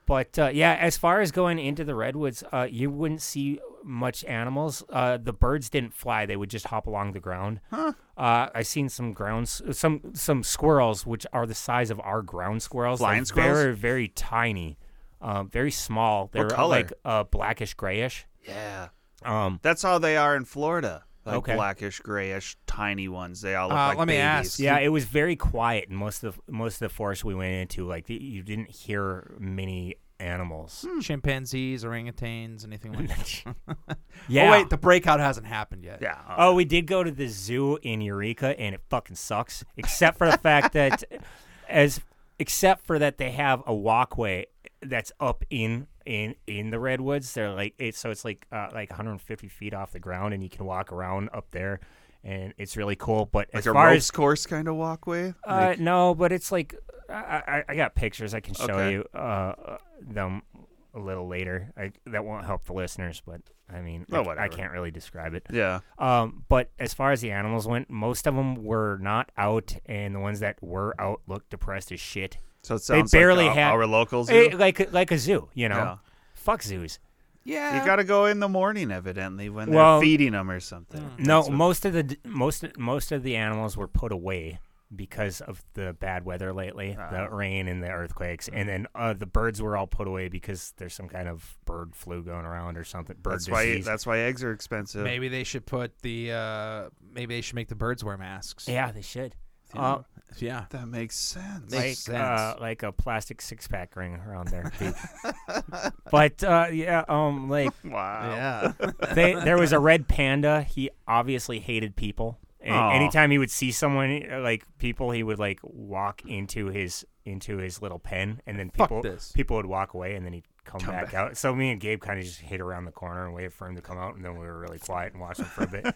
[SPEAKER 10] But uh, yeah, as far as going into the redwoods, uh, you wouldn't see much animals. Uh, the birds didn't fly; they would just hop along the ground.
[SPEAKER 11] Huh.
[SPEAKER 10] Uh, I seen some grounds, some some squirrels, which are the size of our ground squirrels.
[SPEAKER 11] Flying
[SPEAKER 10] They're
[SPEAKER 11] squirrels?
[SPEAKER 10] very very tiny, um, very small. They're
[SPEAKER 11] color?
[SPEAKER 10] like uh, blackish grayish.
[SPEAKER 11] Yeah.
[SPEAKER 10] Um,
[SPEAKER 11] That's how they are in Florida. Like
[SPEAKER 10] Okay.
[SPEAKER 11] blackish, grayish, tiny ones. They all look
[SPEAKER 10] Uh,
[SPEAKER 11] like babies.
[SPEAKER 10] Yeah, it was very quiet in most of the, most of the forest we went into. Like the, you didn't hear many animals.
[SPEAKER 12] Hmm. Chimpanzees, orangutans, anything like that.
[SPEAKER 10] Yeah.
[SPEAKER 12] Oh, wait, the breakout hasn't happened yet.
[SPEAKER 11] Yeah. uh,
[SPEAKER 10] Oh, we did go to the zoo in Eureka, and it fucking sucks. Except for the fact that, as except for that, they have a walkway that's up in in in the redwoods. They're like it's so it's like uh, like 150 feet off the ground, and you can walk around up there, and it's really cool. But
[SPEAKER 11] Like
[SPEAKER 10] as
[SPEAKER 11] a
[SPEAKER 10] far
[SPEAKER 11] ropes
[SPEAKER 10] as
[SPEAKER 11] course kind of walkway.
[SPEAKER 10] uh, no, but it's like I, I, I got pictures. I can show
[SPEAKER 11] Okay.
[SPEAKER 10] you uh, uh, them a little later. I, that won't help the listeners, but I mean,
[SPEAKER 11] Oh,
[SPEAKER 10] I c- I,
[SPEAKER 11] whatever.
[SPEAKER 10] can't really describe it.
[SPEAKER 11] Yeah.
[SPEAKER 10] Um, but as far as the animals went, most of them were not out, and the ones that were out looked depressed as shit.
[SPEAKER 11] So it
[SPEAKER 10] they
[SPEAKER 11] sounds like
[SPEAKER 10] barely
[SPEAKER 11] our-
[SPEAKER 10] had
[SPEAKER 11] our local zoo?
[SPEAKER 10] Eh, like like a zoo, you know.
[SPEAKER 11] Yeah.
[SPEAKER 10] Fuck zoos.
[SPEAKER 11] You got to go in the morning, evidently, when they're
[SPEAKER 10] Well- hmm.
[SPEAKER 11] feeding them or something.
[SPEAKER 10] No, most of the d- most most of the animals were put away because of the bad weather lately, the
[SPEAKER 11] Ah.
[SPEAKER 10] rain and the earthquakes,
[SPEAKER 11] Mm.
[SPEAKER 10] and then uh, the birds were all put away because there's some kind of bird flu going around or something. Bird
[SPEAKER 11] That's why.
[SPEAKER 10] disease.
[SPEAKER 11] That's why eggs are expensive.
[SPEAKER 12] Maybe they should put the. Uh, maybe they should make the birds wear masks.
[SPEAKER 10] Yeah, they should.
[SPEAKER 12] Yeah.
[SPEAKER 10] Uh,
[SPEAKER 12] yeah.
[SPEAKER 11] That makes sense.
[SPEAKER 10] like Uh, like a plastic six pack ring around their feet. but uh, yeah, um, like
[SPEAKER 11] wow,
[SPEAKER 12] Yeah.
[SPEAKER 10] they, there was a red panda. He obviously hated people. And
[SPEAKER 11] Aw.
[SPEAKER 10] anytime he would see someone uh, like people, he would like walk into his into his little pen, and then
[SPEAKER 12] Fuck
[SPEAKER 10] people
[SPEAKER 12] this.
[SPEAKER 10] people would walk away, and then he'd come,
[SPEAKER 12] Come
[SPEAKER 10] back,
[SPEAKER 12] back.
[SPEAKER 10] out. So me and Gabe kind of just hid around the corner and waited for him to come out, and then we were really quiet and watched him for a bit.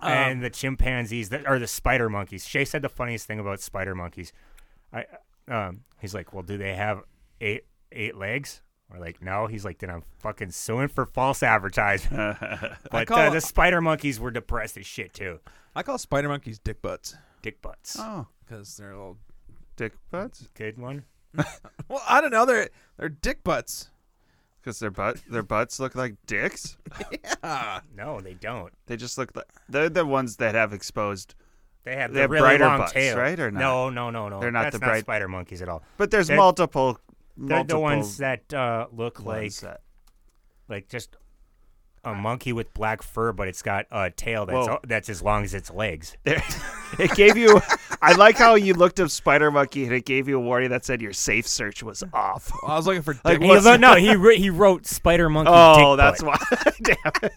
[SPEAKER 10] and the chimpanzees that are the spider monkeys. Shay said the funniest thing about spider monkeys. I um, he's like, well, do they have eight eight legs? We're like, no. He's like, then I'm fucking suing for false advertisement. but uh,
[SPEAKER 12] call-
[SPEAKER 10] the spider monkeys were depressed as shit too.
[SPEAKER 12] I call spider monkeys dick butts.
[SPEAKER 10] Dick butts.
[SPEAKER 11] Oh,
[SPEAKER 12] because they're little.
[SPEAKER 11] dick butts.
[SPEAKER 10] Good one.
[SPEAKER 12] Well, I don't know. They're they're dick butts.
[SPEAKER 11] Because their butt, their butts look like dicks.
[SPEAKER 12] yeah.
[SPEAKER 10] No, they don't.
[SPEAKER 11] They just look like they're the ones that have exposed.
[SPEAKER 10] They have
[SPEAKER 11] they
[SPEAKER 10] the
[SPEAKER 11] have
[SPEAKER 10] really
[SPEAKER 11] brighter
[SPEAKER 10] long
[SPEAKER 11] butts,
[SPEAKER 10] tail,
[SPEAKER 11] right? Or not?
[SPEAKER 10] No, no, no, no.
[SPEAKER 11] They're not
[SPEAKER 10] That's
[SPEAKER 11] the bright
[SPEAKER 10] spider monkeys at all.
[SPEAKER 11] But there's
[SPEAKER 10] They're-
[SPEAKER 11] multiple.
[SPEAKER 10] They're the
[SPEAKER 11] multiple
[SPEAKER 10] ones that uh, look like
[SPEAKER 11] ones that-
[SPEAKER 10] like just a monkey with black fur, but it's got a tail that's
[SPEAKER 11] Whoa.
[SPEAKER 10] that's as long as its legs.
[SPEAKER 11] There- it gave you. I like how you looked up spider monkey and it gave you a warning that said your safe search was off.
[SPEAKER 12] I was looking for
[SPEAKER 11] Like,
[SPEAKER 10] He
[SPEAKER 11] what's-
[SPEAKER 10] wrote- no, he wr- he wrote spider monkey.
[SPEAKER 11] Oh,
[SPEAKER 10] dick
[SPEAKER 11] that's
[SPEAKER 10] butt.
[SPEAKER 11] why. Damn it.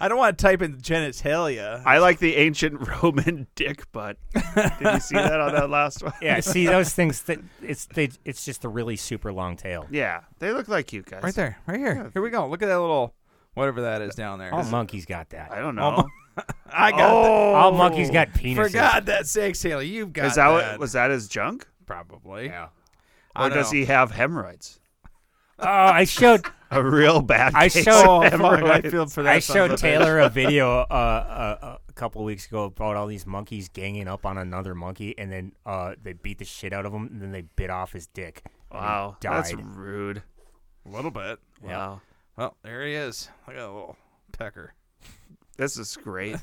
[SPEAKER 12] I don't want to type in genitalia.
[SPEAKER 11] I like the ancient Roman dick butt. Did you see that on that last one?
[SPEAKER 10] Yeah, see those things that it's they it's just a really super long tail.
[SPEAKER 11] Yeah, they look like you guys.
[SPEAKER 12] Right there, right here. Here we go. Look at that little whatever that is down there.
[SPEAKER 10] All monkeys got that.
[SPEAKER 11] I don't know.
[SPEAKER 12] All mon- I got.
[SPEAKER 11] Oh.
[SPEAKER 12] that.
[SPEAKER 10] All monkeys got penises.
[SPEAKER 12] For God, that sakes, Haley, you've got
[SPEAKER 11] Is that what
[SPEAKER 12] that.
[SPEAKER 11] was that his junk,
[SPEAKER 12] Probably.
[SPEAKER 10] Yeah.
[SPEAKER 11] or does he have hemorrhoids?
[SPEAKER 10] Oh, I showed
[SPEAKER 11] A real bad.
[SPEAKER 10] I
[SPEAKER 11] case
[SPEAKER 10] showed-
[SPEAKER 11] of
[SPEAKER 10] Oh, fuck, I
[SPEAKER 11] hemorrhoids.
[SPEAKER 12] feel for
[SPEAKER 10] I
[SPEAKER 12] that son of
[SPEAKER 10] showed
[SPEAKER 12] a bitch.
[SPEAKER 10] Taylor a video uh, uh, a couple weeks ago about all these monkeys ganging up on another monkey, and then uh, they beat the shit out of him, and then they bit off his dick. and he
[SPEAKER 11] Wow, that's
[SPEAKER 10] died.
[SPEAKER 11] rude.
[SPEAKER 12] A little bit.
[SPEAKER 10] Yeah.
[SPEAKER 11] Wow,
[SPEAKER 12] Well, there he is. Look at that little pecker.
[SPEAKER 11] this is great.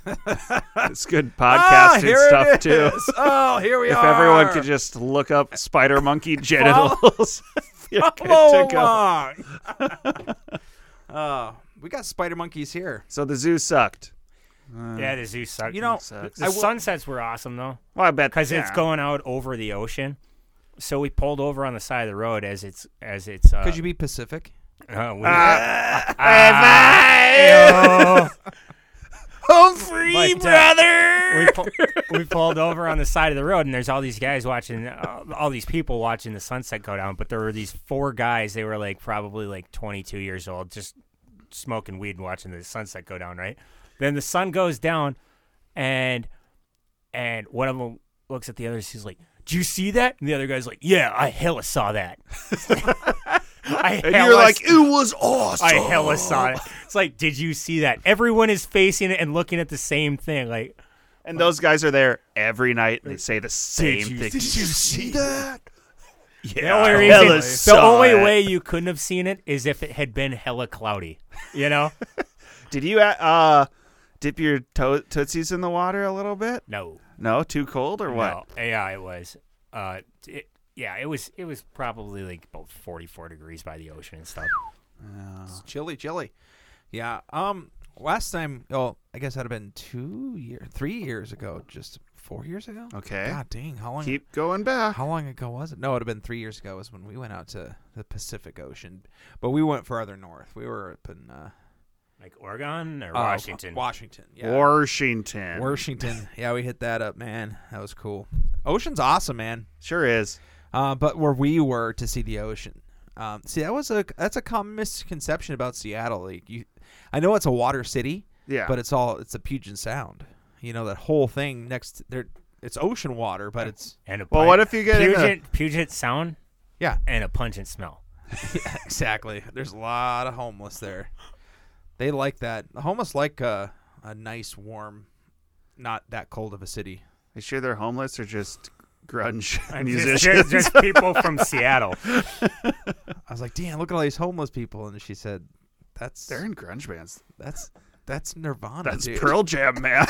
[SPEAKER 11] it's good podcasting
[SPEAKER 10] Ah,
[SPEAKER 12] Ah, here it
[SPEAKER 11] stuff too.
[SPEAKER 12] is. Oh, here we
[SPEAKER 11] if
[SPEAKER 12] are.
[SPEAKER 11] everyone could just look up spider monkey genitals, you're good
[SPEAKER 12] follow
[SPEAKER 11] to go.
[SPEAKER 12] along. Uh, we got spider monkeys here.
[SPEAKER 11] So the zoo sucked.
[SPEAKER 10] Yeah, the zoo sucked.
[SPEAKER 12] uh, You know,
[SPEAKER 11] Sucks.
[SPEAKER 10] the
[SPEAKER 12] I will-
[SPEAKER 10] sunsets were awesome though,
[SPEAKER 11] Well, I bet
[SPEAKER 10] because it's
[SPEAKER 11] yeah.
[SPEAKER 10] going out over the ocean. So we pulled over on the side of the road as it's as it's. Uh,
[SPEAKER 12] Could you be Pacific?
[SPEAKER 10] Uh, we-
[SPEAKER 11] Ah,
[SPEAKER 12] Home free,
[SPEAKER 10] But, uh, we, pu- we pulled over on the side of the road, and there's all these guys watching, uh, all these people watching the sunset go down. But there were these four guys. They were like probably like 22 years old, just smoking weed and watching the sunset go down, right? Then the sun goes down, and and one of them looks at the other. She's like, "Do you see that?" And the other guy's like, "Yeah, I hella saw that." I
[SPEAKER 11] And
[SPEAKER 10] hella
[SPEAKER 11] you're like,
[SPEAKER 10] s-
[SPEAKER 11] "It was awesome."
[SPEAKER 10] I hella saw it. It's like, did you see that? Everyone is facing it and looking at the same thing. Like,
[SPEAKER 11] And those guys are there every night and they say the same
[SPEAKER 10] you-
[SPEAKER 11] thing.
[SPEAKER 10] did you
[SPEAKER 11] see that?
[SPEAKER 10] The
[SPEAKER 11] Yeah,
[SPEAKER 10] only,
[SPEAKER 11] hella
[SPEAKER 10] reason, the
[SPEAKER 11] saw
[SPEAKER 10] only
[SPEAKER 11] it.
[SPEAKER 10] way you couldn't have seen it is if it had been hella cloudy. You know?
[SPEAKER 11] Did you uh dip your to- tootsies in the water a little bit?
[SPEAKER 10] No.
[SPEAKER 11] No, too cold or what?
[SPEAKER 10] No. Yeah, it was. Uh, it, yeah, it was. It was probably like about forty-four degrees by the ocean and stuff.
[SPEAKER 12] It's chilly, chilly. Yeah. Um. Last time, oh, I guess that'd have been two year, three years ago, just four years ago.
[SPEAKER 11] Okay.
[SPEAKER 12] God dang, how long?
[SPEAKER 11] Keep going back.
[SPEAKER 12] How long ago was it? No, it'd have been three years ago. Was when we went out to the Pacific Ocean, but we went farther north. We were up in uh,
[SPEAKER 10] Like Oregon or
[SPEAKER 12] Oh,
[SPEAKER 10] Washington.
[SPEAKER 12] Washington. Yeah.
[SPEAKER 11] Washington.
[SPEAKER 12] Washington. Yeah, we hit that up, man. That was cool. Ocean's awesome, man.
[SPEAKER 11] Sure is.
[SPEAKER 12] Uh, but where we were to see the ocean. Um, see, that was a that's a common misconception about Seattle. Like you, I know it's a water city.
[SPEAKER 11] Yeah.
[SPEAKER 12] But it's all it's the Puget Sound. You know that whole thing next there. It's ocean water, but it's
[SPEAKER 10] And a
[SPEAKER 12] Well,
[SPEAKER 10] pun-
[SPEAKER 12] what if you get in a-
[SPEAKER 10] Puget, Puget Sound?
[SPEAKER 12] Yeah.
[SPEAKER 10] And a pungent smell.
[SPEAKER 12] yeah, exactly. There's a lot of homeless there. They like that. The homeless like a a nice warm, not that cold of a city.
[SPEAKER 11] Are you sure they're homeless or just grunge
[SPEAKER 10] And just-
[SPEAKER 11] musicians?
[SPEAKER 10] just- just people from Seattle.
[SPEAKER 12] I was like, damn, look at all these homeless people, and she said, "That's they're
[SPEAKER 11] in grunge bands.
[SPEAKER 12] That's that's Nirvana.
[SPEAKER 11] That's
[SPEAKER 12] dude.
[SPEAKER 11] Pearl Jam, man.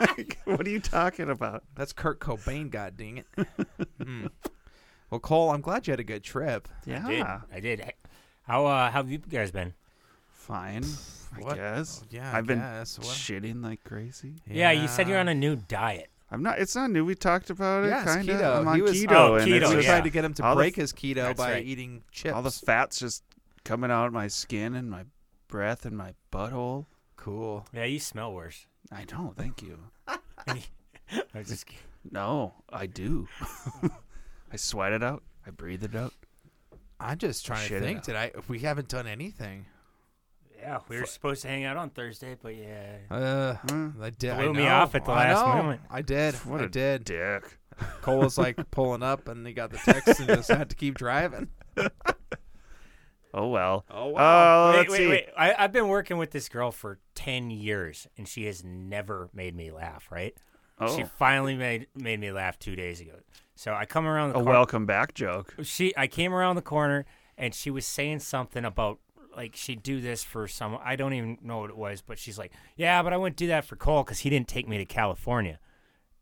[SPEAKER 11] Like, what are you talking about?
[SPEAKER 12] That's Kurt Cobain. God dang it. Hmm. Well, Cole, I'm glad you had a good trip.
[SPEAKER 10] I did. I did. Hey, How uh, how have you guys been?
[SPEAKER 11] Fine. I
[SPEAKER 12] What? Oh,
[SPEAKER 11] guess.
[SPEAKER 12] Yeah, I
[SPEAKER 11] I've been
[SPEAKER 12] guess. What?
[SPEAKER 11] shitting like crazy.
[SPEAKER 10] Yeah. you said you're on a new diet.
[SPEAKER 11] I'm not. It's not new. We talked about it.
[SPEAKER 12] Yeah, it's
[SPEAKER 11] kinda.
[SPEAKER 12] keto.
[SPEAKER 11] I'm on
[SPEAKER 12] He was-
[SPEAKER 11] keto.
[SPEAKER 12] Oh,
[SPEAKER 11] and
[SPEAKER 12] keto,
[SPEAKER 11] it's
[SPEAKER 12] we
[SPEAKER 11] just-
[SPEAKER 12] tried to get him to
[SPEAKER 11] all the
[SPEAKER 12] break
[SPEAKER 11] f-
[SPEAKER 12] his keto That's by right. eating
[SPEAKER 11] All the
[SPEAKER 12] chips.
[SPEAKER 11] fats just coming out of my skin and my breath and my butthole.
[SPEAKER 12] Cool.
[SPEAKER 10] Yeah, you smell worse.
[SPEAKER 11] I don't. Thank you.
[SPEAKER 10] I just kidding.
[SPEAKER 11] No, I do. I sweat it out. I breathe it out.
[SPEAKER 12] I'm just trying
[SPEAKER 11] Shit
[SPEAKER 12] to
[SPEAKER 11] it
[SPEAKER 12] think.
[SPEAKER 11] out.
[SPEAKER 12] Did I? We haven't done anything.
[SPEAKER 10] Yeah, we were supposed to hang out on Thursday, but yeah.
[SPEAKER 12] Uh,
[SPEAKER 11] Mm.
[SPEAKER 12] I did.
[SPEAKER 10] Blew
[SPEAKER 12] I
[SPEAKER 10] me off
[SPEAKER 12] know,
[SPEAKER 10] at the
[SPEAKER 12] I
[SPEAKER 10] last
[SPEAKER 12] know,
[SPEAKER 10] moment.
[SPEAKER 12] I did.
[SPEAKER 10] What
[SPEAKER 12] I
[SPEAKER 10] a
[SPEAKER 12] did.
[SPEAKER 11] Dick.
[SPEAKER 12] Cole was like pulling up, and he got the text, and just had to keep driving.
[SPEAKER 11] Oh well. Oh
[SPEAKER 10] Wow.
[SPEAKER 11] let's
[SPEAKER 10] wait, wait,
[SPEAKER 11] see.
[SPEAKER 10] wait. I, I've been working with this girl for ten years, and she has never made me laugh. Right? She
[SPEAKER 11] Oh.
[SPEAKER 10] finally made made me laugh two days ago. So I come around the
[SPEAKER 11] A
[SPEAKER 10] cor-
[SPEAKER 11] welcome back joke.
[SPEAKER 10] She, I came around the corner, and she was saying something about like she'd do this for some. I don't even know what it was, but she's like, "Yeah, but I wouldn't do that for Cole because he didn't take me to California."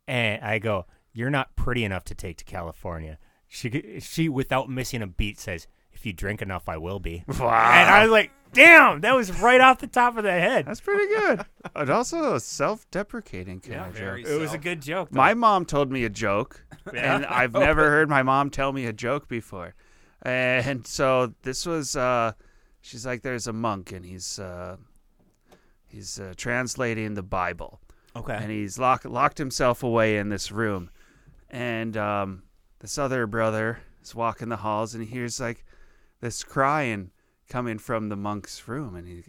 [SPEAKER 10] And I go, "You're not pretty enough to take to California." She, she, without missing a beat, says, "If you drink enough, I will be." And I was like, damn, that was right off the top of the head.
[SPEAKER 11] That's pretty good. And also a self-deprecating kind
[SPEAKER 10] Yeah,
[SPEAKER 11] of
[SPEAKER 10] very
[SPEAKER 11] joke.
[SPEAKER 10] It was a self. good joke, though.
[SPEAKER 11] My mom told me a joke,
[SPEAKER 10] Yeah.
[SPEAKER 11] and I've never heard my mom tell me a joke before. And so this was, uh, she's like, there's a monk, and he's uh, he's uh, translating the Bible.
[SPEAKER 10] Okay.
[SPEAKER 11] And he's lock, locked himself away in this room, and um, this other brother is walking the halls, and he hears like this crying coming from the monk's room, and he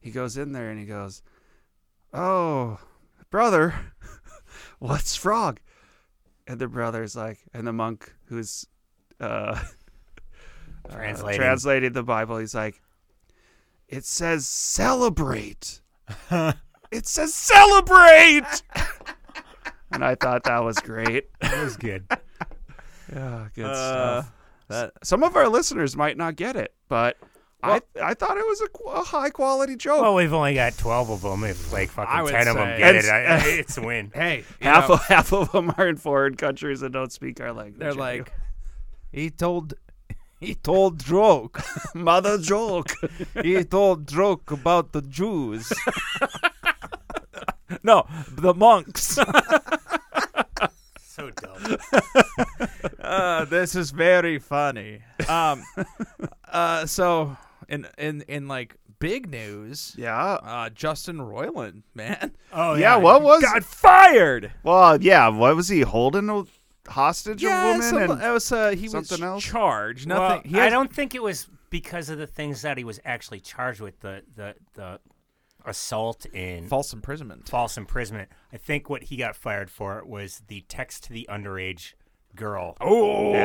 [SPEAKER 11] he goes in there and he goes, "Oh, brother, what's wrong?" And the brother's like, and the monk who's uh, uh,
[SPEAKER 10] Translating.
[SPEAKER 11] translating the Bible, he's like, "It says celebrate." it says celebrate. and I thought that was great.
[SPEAKER 10] That was good.
[SPEAKER 11] yeah, good
[SPEAKER 12] Uh,
[SPEAKER 11] stuff. S- Some of our listeners might not get it, but I I thought it was a, qu- a high quality joke.
[SPEAKER 10] Well, we've only got 12 of them. If like
[SPEAKER 11] I
[SPEAKER 10] fucking
[SPEAKER 11] would
[SPEAKER 10] 10 of them
[SPEAKER 11] say-
[SPEAKER 10] get
[SPEAKER 11] And-
[SPEAKER 10] it, I, it's a win.
[SPEAKER 12] Hey,
[SPEAKER 11] half of, half of them are in foreign countries and don't speak our language.
[SPEAKER 12] They're like, he told, he told joke,
[SPEAKER 11] mother joke.
[SPEAKER 12] he told joke about the Jews. no, the monks.
[SPEAKER 10] So dumb.
[SPEAKER 12] uh, this is very funny. Um, uh, so in in in like big news,
[SPEAKER 11] yeah,
[SPEAKER 12] uh, Justin Roiland, man.
[SPEAKER 10] Oh
[SPEAKER 11] yeah, what was
[SPEAKER 12] got fired?
[SPEAKER 11] Well, yeah, what was he holding a hostage a
[SPEAKER 12] Yeah,
[SPEAKER 11] woman?
[SPEAKER 12] some-
[SPEAKER 11] and
[SPEAKER 12] it was uh, he was
[SPEAKER 11] something else?
[SPEAKER 12] charged. Nothing.
[SPEAKER 10] Well,
[SPEAKER 12] he
[SPEAKER 10] I
[SPEAKER 12] has-
[SPEAKER 10] don't think it was because of the things that he was actually charged with. The the the assault and
[SPEAKER 12] false imprisonment.
[SPEAKER 10] False imprisonment. I think what he got fired for was the text to the underage girl. that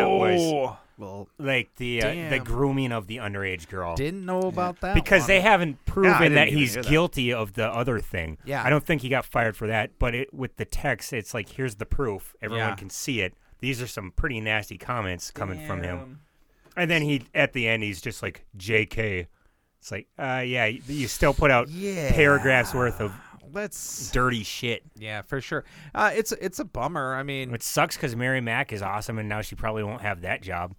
[SPEAKER 10] was
[SPEAKER 11] Oh. Well,
[SPEAKER 10] like the uh, the
[SPEAKER 11] damn.
[SPEAKER 10] grooming of the underage girl.
[SPEAKER 12] Didn't know about that
[SPEAKER 10] because
[SPEAKER 12] one.
[SPEAKER 10] they haven't
[SPEAKER 12] Yeah, I
[SPEAKER 10] proven
[SPEAKER 12] didn't
[SPEAKER 10] that
[SPEAKER 12] even
[SPEAKER 10] he's
[SPEAKER 12] hear that.
[SPEAKER 10] guilty of the other thing.
[SPEAKER 12] Yeah.
[SPEAKER 10] I don't think he got fired for that. But it, with the text, it's like here's the proof. Everyone
[SPEAKER 12] Yeah.
[SPEAKER 10] can see it. These are some pretty nasty comments coming from him.
[SPEAKER 12] Damn.
[SPEAKER 10] And then he at the end he's just like J.K. It's like uh, yeah, you- you still put out
[SPEAKER 12] Yeah.
[SPEAKER 10] paragraphs worth of
[SPEAKER 12] Let's
[SPEAKER 10] dirty shit.
[SPEAKER 12] Yeah, for sure. Uh, it's it's a bummer. I mean,
[SPEAKER 10] it sucks because Mary Mack is awesome, and now she probably won't have that job.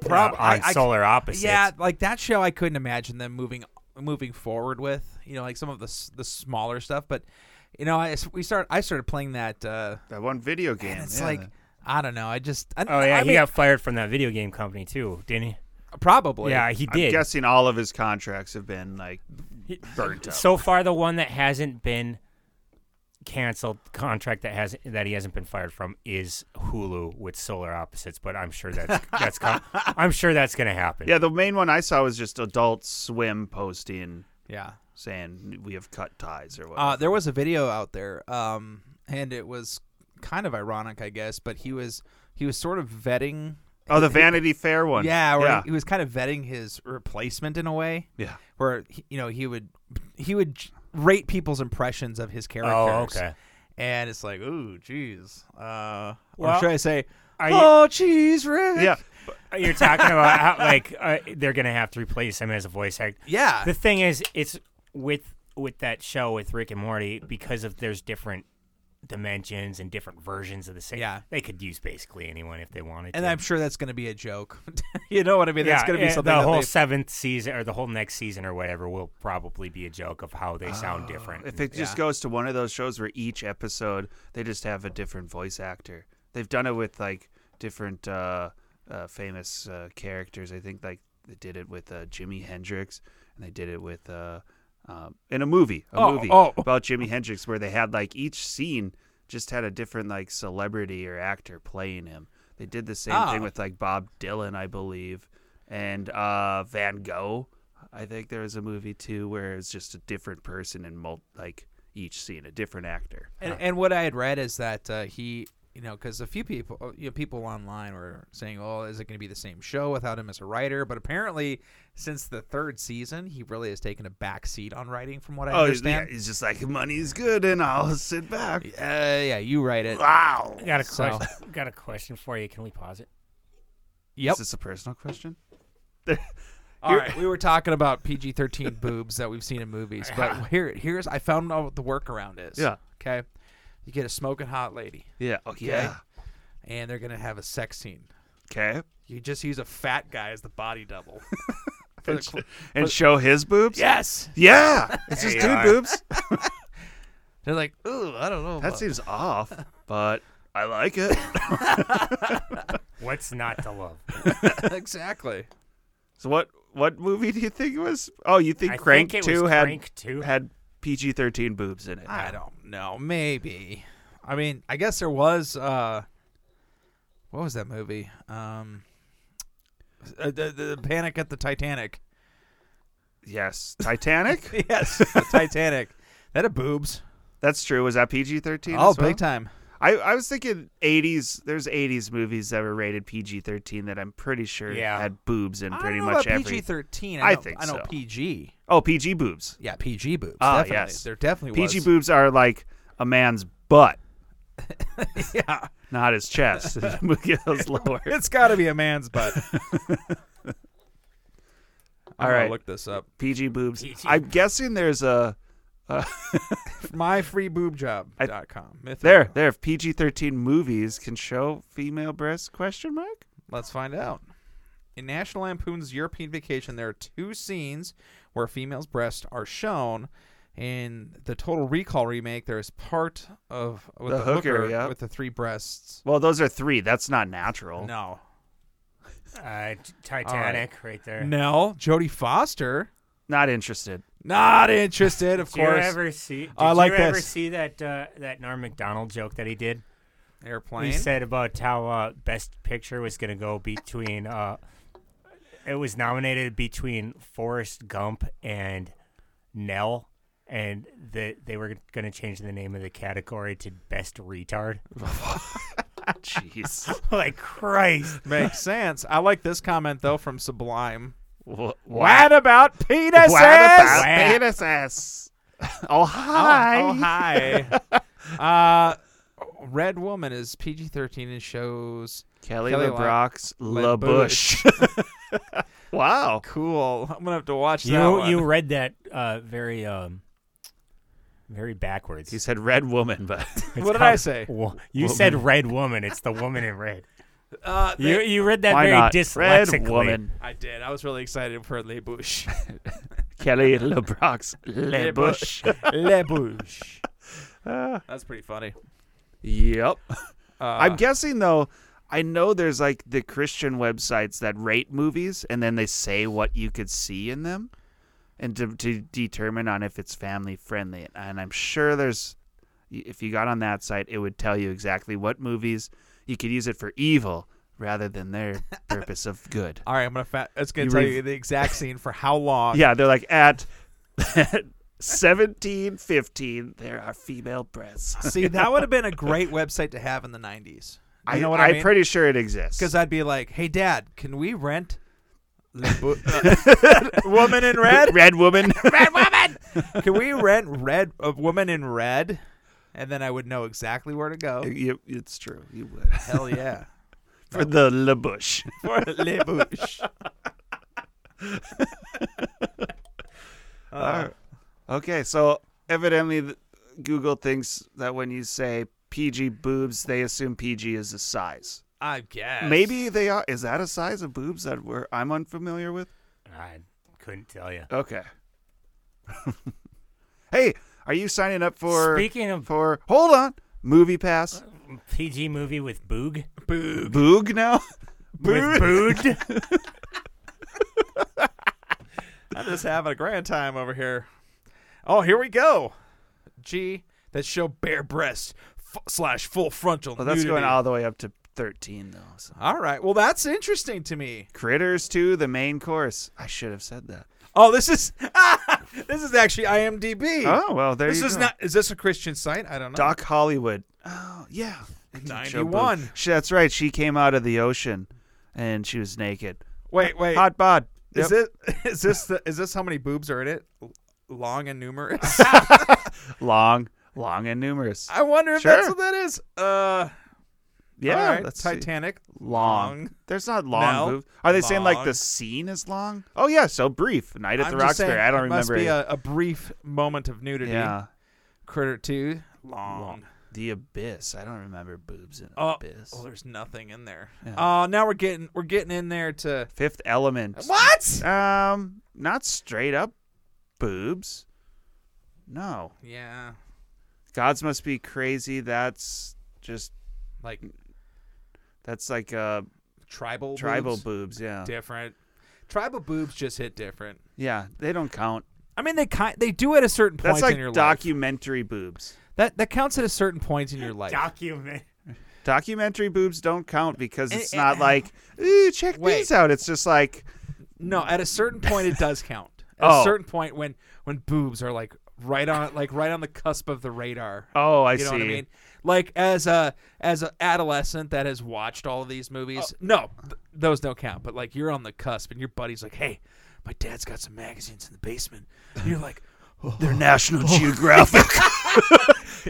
[SPEAKER 12] Prob-
[SPEAKER 10] Uh,
[SPEAKER 12] I-
[SPEAKER 10] on
[SPEAKER 12] I c-
[SPEAKER 10] solar opposites.
[SPEAKER 12] Yeah, like that show, I couldn't imagine them moving moving forward with. You know, like some of the s- the smaller stuff. But you know, I we start I started playing that uh,
[SPEAKER 11] that one video game.
[SPEAKER 12] it's
[SPEAKER 11] yeah,
[SPEAKER 12] like
[SPEAKER 11] that-
[SPEAKER 12] I don't know. I just I,
[SPEAKER 10] Oh yeah,
[SPEAKER 12] I
[SPEAKER 10] he
[SPEAKER 12] mean,
[SPEAKER 10] got fired from that video game company too, didn't he?
[SPEAKER 12] Probably.
[SPEAKER 10] Yeah, he
[SPEAKER 11] I'm
[SPEAKER 10] did.
[SPEAKER 11] guessing all of his contracts have been like burnt up.
[SPEAKER 10] So far, the one that hasn't been canceled contract that has that he hasn't been fired from is Hulu with Solar Opposites, but I'm sure that's that's com- I'm sure that's gonna happen.
[SPEAKER 11] Yeah, the main one I saw was just Adult Swim posting.
[SPEAKER 12] Yeah.
[SPEAKER 11] Saying we have cut ties or whatever.
[SPEAKER 12] Uh, there was a video out there, um, and it was kind of ironic, I guess. But he was he was sort of vetting.
[SPEAKER 11] Oh, the Vanity Fair one.
[SPEAKER 12] Yeah, where
[SPEAKER 11] Yeah.
[SPEAKER 12] He, was kind of vetting his replacement in a way.
[SPEAKER 11] Yeah.
[SPEAKER 12] where he- you know he would he would j- rate people's impressions of his characters.
[SPEAKER 10] okay.
[SPEAKER 12] And it's like, ooh, jeez. Uh,
[SPEAKER 10] Well,
[SPEAKER 12] or should I say,
[SPEAKER 10] are you-
[SPEAKER 12] oh, jeez, Rick?
[SPEAKER 10] Yeah. Uh, You're talking about how like uh, they're gonna have to replace him as a voice actor.
[SPEAKER 12] Yeah.
[SPEAKER 10] The thing is, it's with with that show with Rick and Morty because of there's different dimensions and different versions of the same.
[SPEAKER 12] Yeah.
[SPEAKER 10] They could use basically anyone if they wanted.
[SPEAKER 12] And
[SPEAKER 10] to.
[SPEAKER 12] I'm sure that's going to be a joke. you know what I mean? that's going to be
[SPEAKER 10] eh,
[SPEAKER 12] something
[SPEAKER 10] The
[SPEAKER 12] that
[SPEAKER 10] whole
[SPEAKER 12] they-
[SPEAKER 10] seventh season or the whole next season or whatever will probably be a joke of how they sound
[SPEAKER 12] Oh,
[SPEAKER 10] different.
[SPEAKER 11] If it just goes to one of those shows where each episode they just have a different voice actor. They've done it with like different uh, uh, famous uh, characters. I think like they did it with uh, Jimi Hendrix, and they did it with uh, um, in a movie, a
[SPEAKER 12] Oh,
[SPEAKER 11] movie
[SPEAKER 12] oh.
[SPEAKER 11] about Jimi Hendrix, where they had like each scene just had a different like celebrity or actor playing him. They did the same
[SPEAKER 12] Ah.
[SPEAKER 11] thing with like Bob Dylan, I believe, and uh, Van Gogh. I think there was a movie too where it's just a different person in mul- like each scene, a different actor.
[SPEAKER 12] And, and what I had read is that uh, he, you know, because a few people, uh, you know, people online were saying, "Oh, is it going to be the same show without him as a writer?" But apparently, since the third season, he really has taken a back seat on writing, from what I
[SPEAKER 11] oh, he's- yeah,
[SPEAKER 12] understand.
[SPEAKER 11] he's just like money's good, and I'll sit back.
[SPEAKER 12] Yeah, Uh, yeah, you write it.
[SPEAKER 11] Wow.
[SPEAKER 10] Got a
[SPEAKER 12] So-
[SPEAKER 10] question. Got a question for you. Can we pause it?
[SPEAKER 12] Yep.
[SPEAKER 11] Is this a personal question?
[SPEAKER 12] All right, we were talking about PG-13 boobs that we've seen in movies, but here, here's I found out what the workaround is.
[SPEAKER 11] Yeah.
[SPEAKER 12] Okay. You get a smoking hot lady.
[SPEAKER 11] Yeah, oh, yeah.
[SPEAKER 12] And they're gonna have a sex scene.
[SPEAKER 11] Okay.
[SPEAKER 12] You just use a fat guy as the body double. For the
[SPEAKER 11] And, sh-
[SPEAKER 12] cl-
[SPEAKER 11] and
[SPEAKER 12] for-
[SPEAKER 11] show his boobs?
[SPEAKER 12] Yes.
[SPEAKER 11] Yeah. It's just
[SPEAKER 12] There
[SPEAKER 11] dude
[SPEAKER 12] you are.
[SPEAKER 11] boobs.
[SPEAKER 12] They're like, ooh, I don't know.
[SPEAKER 11] That
[SPEAKER 12] about-"
[SPEAKER 11] seems off, but I like it.
[SPEAKER 10] What's not to love?
[SPEAKER 12] exactly.
[SPEAKER 11] So what what movie do you think it was? Oh, you think
[SPEAKER 12] I
[SPEAKER 11] Crank
[SPEAKER 12] think it was
[SPEAKER 11] Two had
[SPEAKER 12] Crank 2.
[SPEAKER 11] had PG thirteen boobs in it?
[SPEAKER 12] I don't know. Maybe. I mean, I guess there was. uh What was that movie? Um uh, the, the Panic at the Titanic.
[SPEAKER 11] Yes, Titanic.
[SPEAKER 12] yes, the Titanic. That had boobs.
[SPEAKER 11] That's true. Was that PG thirteen?
[SPEAKER 12] Oh, big time.
[SPEAKER 11] I, I was thinking eighties. There's eighties movies that were rated PG thirteen that I'm pretty sure
[SPEAKER 12] Yeah.
[SPEAKER 11] had boobs in
[SPEAKER 12] I
[SPEAKER 11] pretty
[SPEAKER 12] don't know
[SPEAKER 11] much
[SPEAKER 12] about
[SPEAKER 11] every.
[SPEAKER 12] PG-13. I
[SPEAKER 11] I,
[SPEAKER 12] know-
[SPEAKER 11] think
[SPEAKER 12] I know
[SPEAKER 11] so.
[SPEAKER 12] PG.
[SPEAKER 11] Oh, PG boobs.
[SPEAKER 12] Yeah, PG boobs.
[SPEAKER 11] Ah,
[SPEAKER 12] definitely.
[SPEAKER 11] yes,
[SPEAKER 12] There definitely
[SPEAKER 11] PG
[SPEAKER 12] was.
[SPEAKER 11] boobs are like a man's butt.
[SPEAKER 12] yeah.
[SPEAKER 11] Not his chest. it goes lower.
[SPEAKER 12] It's got to be a man's butt.
[SPEAKER 11] All
[SPEAKER 12] gonna
[SPEAKER 11] right,
[SPEAKER 12] look this up.
[SPEAKER 11] PG boobs. I'm guessing there's a. a I-
[SPEAKER 12] MyFreeboobjob.com. Mythical.
[SPEAKER 11] There, there. If PG-13 movies can show female breasts? Question mark.
[SPEAKER 12] Let's find out. In National Lampoon's European Vacation, there are two scenes where female's breasts are shown. In the Total Recall remake, there is part of with
[SPEAKER 11] The
[SPEAKER 12] the,
[SPEAKER 11] hooker, yeah.
[SPEAKER 12] with the three breasts.
[SPEAKER 11] Well, those are three. That's not natural.
[SPEAKER 12] No.
[SPEAKER 10] Uh, t- Titanic, right. there.
[SPEAKER 12] No, Jodie Foster.
[SPEAKER 11] Not interested.
[SPEAKER 12] Not interested, of
[SPEAKER 10] Did
[SPEAKER 12] course.
[SPEAKER 10] You ever see? Did
[SPEAKER 12] I like
[SPEAKER 10] you
[SPEAKER 12] this.
[SPEAKER 10] ever see that uh, that Norm Macdonald joke that he did?
[SPEAKER 12] Airplane.
[SPEAKER 10] He said about how uh, Best Picture was going to go between. Uh, it was nominated between Forrest Gump and Nell, and that they were going to change the name of the category to best retard.
[SPEAKER 11] Jeez.
[SPEAKER 10] like Christ.
[SPEAKER 12] Makes sense. I like this comment though from Sublime.
[SPEAKER 11] What,
[SPEAKER 12] what about penises?
[SPEAKER 11] What about penises? Oh hi.
[SPEAKER 12] Oh, oh, hi. uh, Red Woman is PG thirteen and shows
[SPEAKER 11] Kelly,
[SPEAKER 12] Kelly
[SPEAKER 11] LeBrock's
[SPEAKER 12] La-
[SPEAKER 11] LaBouche. wow.
[SPEAKER 12] Cool. I'm gonna have to watch
[SPEAKER 10] You
[SPEAKER 12] that one.
[SPEAKER 10] you read that uh, very um, very backwards.
[SPEAKER 11] He said red woman, but
[SPEAKER 10] It's
[SPEAKER 12] What did
[SPEAKER 10] called-
[SPEAKER 12] I say?
[SPEAKER 10] Wo- you
[SPEAKER 11] Woman.
[SPEAKER 10] said red woman. It's the woman in red.
[SPEAKER 12] Uh,
[SPEAKER 10] you
[SPEAKER 12] they-
[SPEAKER 10] you read that
[SPEAKER 11] Why
[SPEAKER 10] very
[SPEAKER 11] not? Red
[SPEAKER 10] dyslexically.
[SPEAKER 11] woman.
[SPEAKER 12] I did. I was really excited for Le Bouche.
[SPEAKER 11] Kelly LeBrock's LaBouche.
[SPEAKER 12] Le Bouche.
[SPEAKER 11] Ah.
[SPEAKER 12] That's pretty funny.
[SPEAKER 11] Yep.
[SPEAKER 12] Uh,
[SPEAKER 11] I'm guessing though. I know there's like the Christian websites that rate movies, and then they say what you could see in them, and to, to determine on if it's family friendly. And I'm sure there's, if you got on that site, it would tell you exactly what movies you could use it for evil rather than their purpose of good.
[SPEAKER 12] All right, I'm gonna. Fa- it's gonna
[SPEAKER 11] You
[SPEAKER 12] tell
[SPEAKER 11] rev-
[SPEAKER 12] you the exact scene for how long.
[SPEAKER 11] Yeah, they're like at 1715 there are female breasts.
[SPEAKER 12] See, that would have been a great website to have in the '90s. You
[SPEAKER 11] I-
[SPEAKER 12] know what I
[SPEAKER 11] I'm
[SPEAKER 12] mean?
[SPEAKER 11] pretty sure it exists.
[SPEAKER 12] Because I'd be like, "Hey, Dad, can we rent Le Bou- uh, Woman in Red?
[SPEAKER 11] Red Woman.
[SPEAKER 12] Red Woman? can we rent Red a Woman in Red?" And then I would know exactly where to go.
[SPEAKER 11] You- it's true. You would.
[SPEAKER 12] Hell yeah.
[SPEAKER 11] For the LaBouche.
[SPEAKER 12] For Le Bouche.
[SPEAKER 11] Uh, okay, so evidently th- Google thinks that when you say PG boobs, they assume PG is a size.
[SPEAKER 12] I guess.
[SPEAKER 11] Maybe they are. Is that a size of boobs that we're, I'm unfamiliar with?
[SPEAKER 10] I couldn't tell you.
[SPEAKER 11] Okay. hey, are you signing up for
[SPEAKER 10] Speaking of-
[SPEAKER 11] for hold on movie pass
[SPEAKER 10] PG movie with boog.
[SPEAKER 12] Boog.
[SPEAKER 11] boog now?
[SPEAKER 10] With boog.
[SPEAKER 12] I'm just having a grand time over here. Oh, here we go. G that show bare breasts f- slash full frontal.
[SPEAKER 11] Well, that's
[SPEAKER 12] nudity.
[SPEAKER 11] going all the way up to thirteen though. so.
[SPEAKER 12] All right. Well, that's interesting to me.
[SPEAKER 11] Critters two, the main course. I should have said that.
[SPEAKER 12] Oh, this is this is actually IMDb.
[SPEAKER 11] Oh, well, there
[SPEAKER 12] this
[SPEAKER 11] you
[SPEAKER 12] is
[SPEAKER 11] go.
[SPEAKER 12] not. Is this a Christian site? I don't know.
[SPEAKER 11] Doc Hollywood. Oh yeah, It did show
[SPEAKER 12] 91.
[SPEAKER 11] boobs. She, that's right. She came out of the ocean, and she was naked.
[SPEAKER 12] Wait, wait.
[SPEAKER 11] Hot bod.
[SPEAKER 12] Is
[SPEAKER 11] Yep.
[SPEAKER 12] it? Is this? The, is this how many boobs are in it? L- Long and numerous.
[SPEAKER 11] long, long and numerous?
[SPEAKER 12] I wonder if
[SPEAKER 11] Sure.
[SPEAKER 12] that's what that is. Uh,
[SPEAKER 11] yeah,
[SPEAKER 12] all right,
[SPEAKER 11] let's see.
[SPEAKER 12] Titanic.
[SPEAKER 11] Long. There's not long
[SPEAKER 12] No.
[SPEAKER 11] boobs. Are they saying like
[SPEAKER 12] Long.
[SPEAKER 11] the scene is long? Oh yeah, so brief. Night at
[SPEAKER 12] I'm
[SPEAKER 11] the
[SPEAKER 12] just
[SPEAKER 11] Roxbury.
[SPEAKER 12] saying,
[SPEAKER 11] I don't
[SPEAKER 12] it
[SPEAKER 11] remember.
[SPEAKER 12] Must be
[SPEAKER 11] any-
[SPEAKER 12] a, a brief moment of nudity.
[SPEAKER 11] yeah.
[SPEAKER 12] Critter two. Long.
[SPEAKER 11] The abyss. I don't remember boobs in
[SPEAKER 12] Oh,
[SPEAKER 11] abyss.
[SPEAKER 12] oh, there's nothing in there.
[SPEAKER 11] Yeah.
[SPEAKER 12] Oh, now we're getting we're getting in there to
[SPEAKER 11] Fifth Element.
[SPEAKER 12] what?
[SPEAKER 11] Um, not straight up boobs. No.
[SPEAKER 12] Yeah,
[SPEAKER 11] Gods must be crazy. That's just
[SPEAKER 12] like
[SPEAKER 11] that's like uh
[SPEAKER 12] tribal
[SPEAKER 11] tribal
[SPEAKER 12] boobs.
[SPEAKER 11] boobs. Yeah.
[SPEAKER 12] different. Tribal boobs just hit different.
[SPEAKER 11] Yeah. They don't count.
[SPEAKER 12] I mean, they kind they do at a certain point
[SPEAKER 11] That's
[SPEAKER 12] in
[SPEAKER 11] like
[SPEAKER 12] your life.
[SPEAKER 11] documentary boobs.
[SPEAKER 12] That that counts at a certain point in your life.
[SPEAKER 10] Document.
[SPEAKER 11] Documentary boobs don't count because it's
[SPEAKER 12] Eh, eh,
[SPEAKER 11] not like, ooh, check
[SPEAKER 12] Wait.
[SPEAKER 11] these out. It's just like
[SPEAKER 12] no, at a certain point it does count. At a
[SPEAKER 11] Oh.
[SPEAKER 12] certain point when when boobs are like right on like right on the cusp of the radar.
[SPEAKER 11] Oh, I
[SPEAKER 12] you know What I
[SPEAKER 11] see.
[SPEAKER 12] mean, like as a as an adolescent that has watched all of these
[SPEAKER 11] Oh.
[SPEAKER 12] movies. No, th- those don't count. But like you're on the cusp, and your buddy's like, "Hey, my dad's got some magazines in the basement." And you're like, Oh.
[SPEAKER 11] they're National Geographic.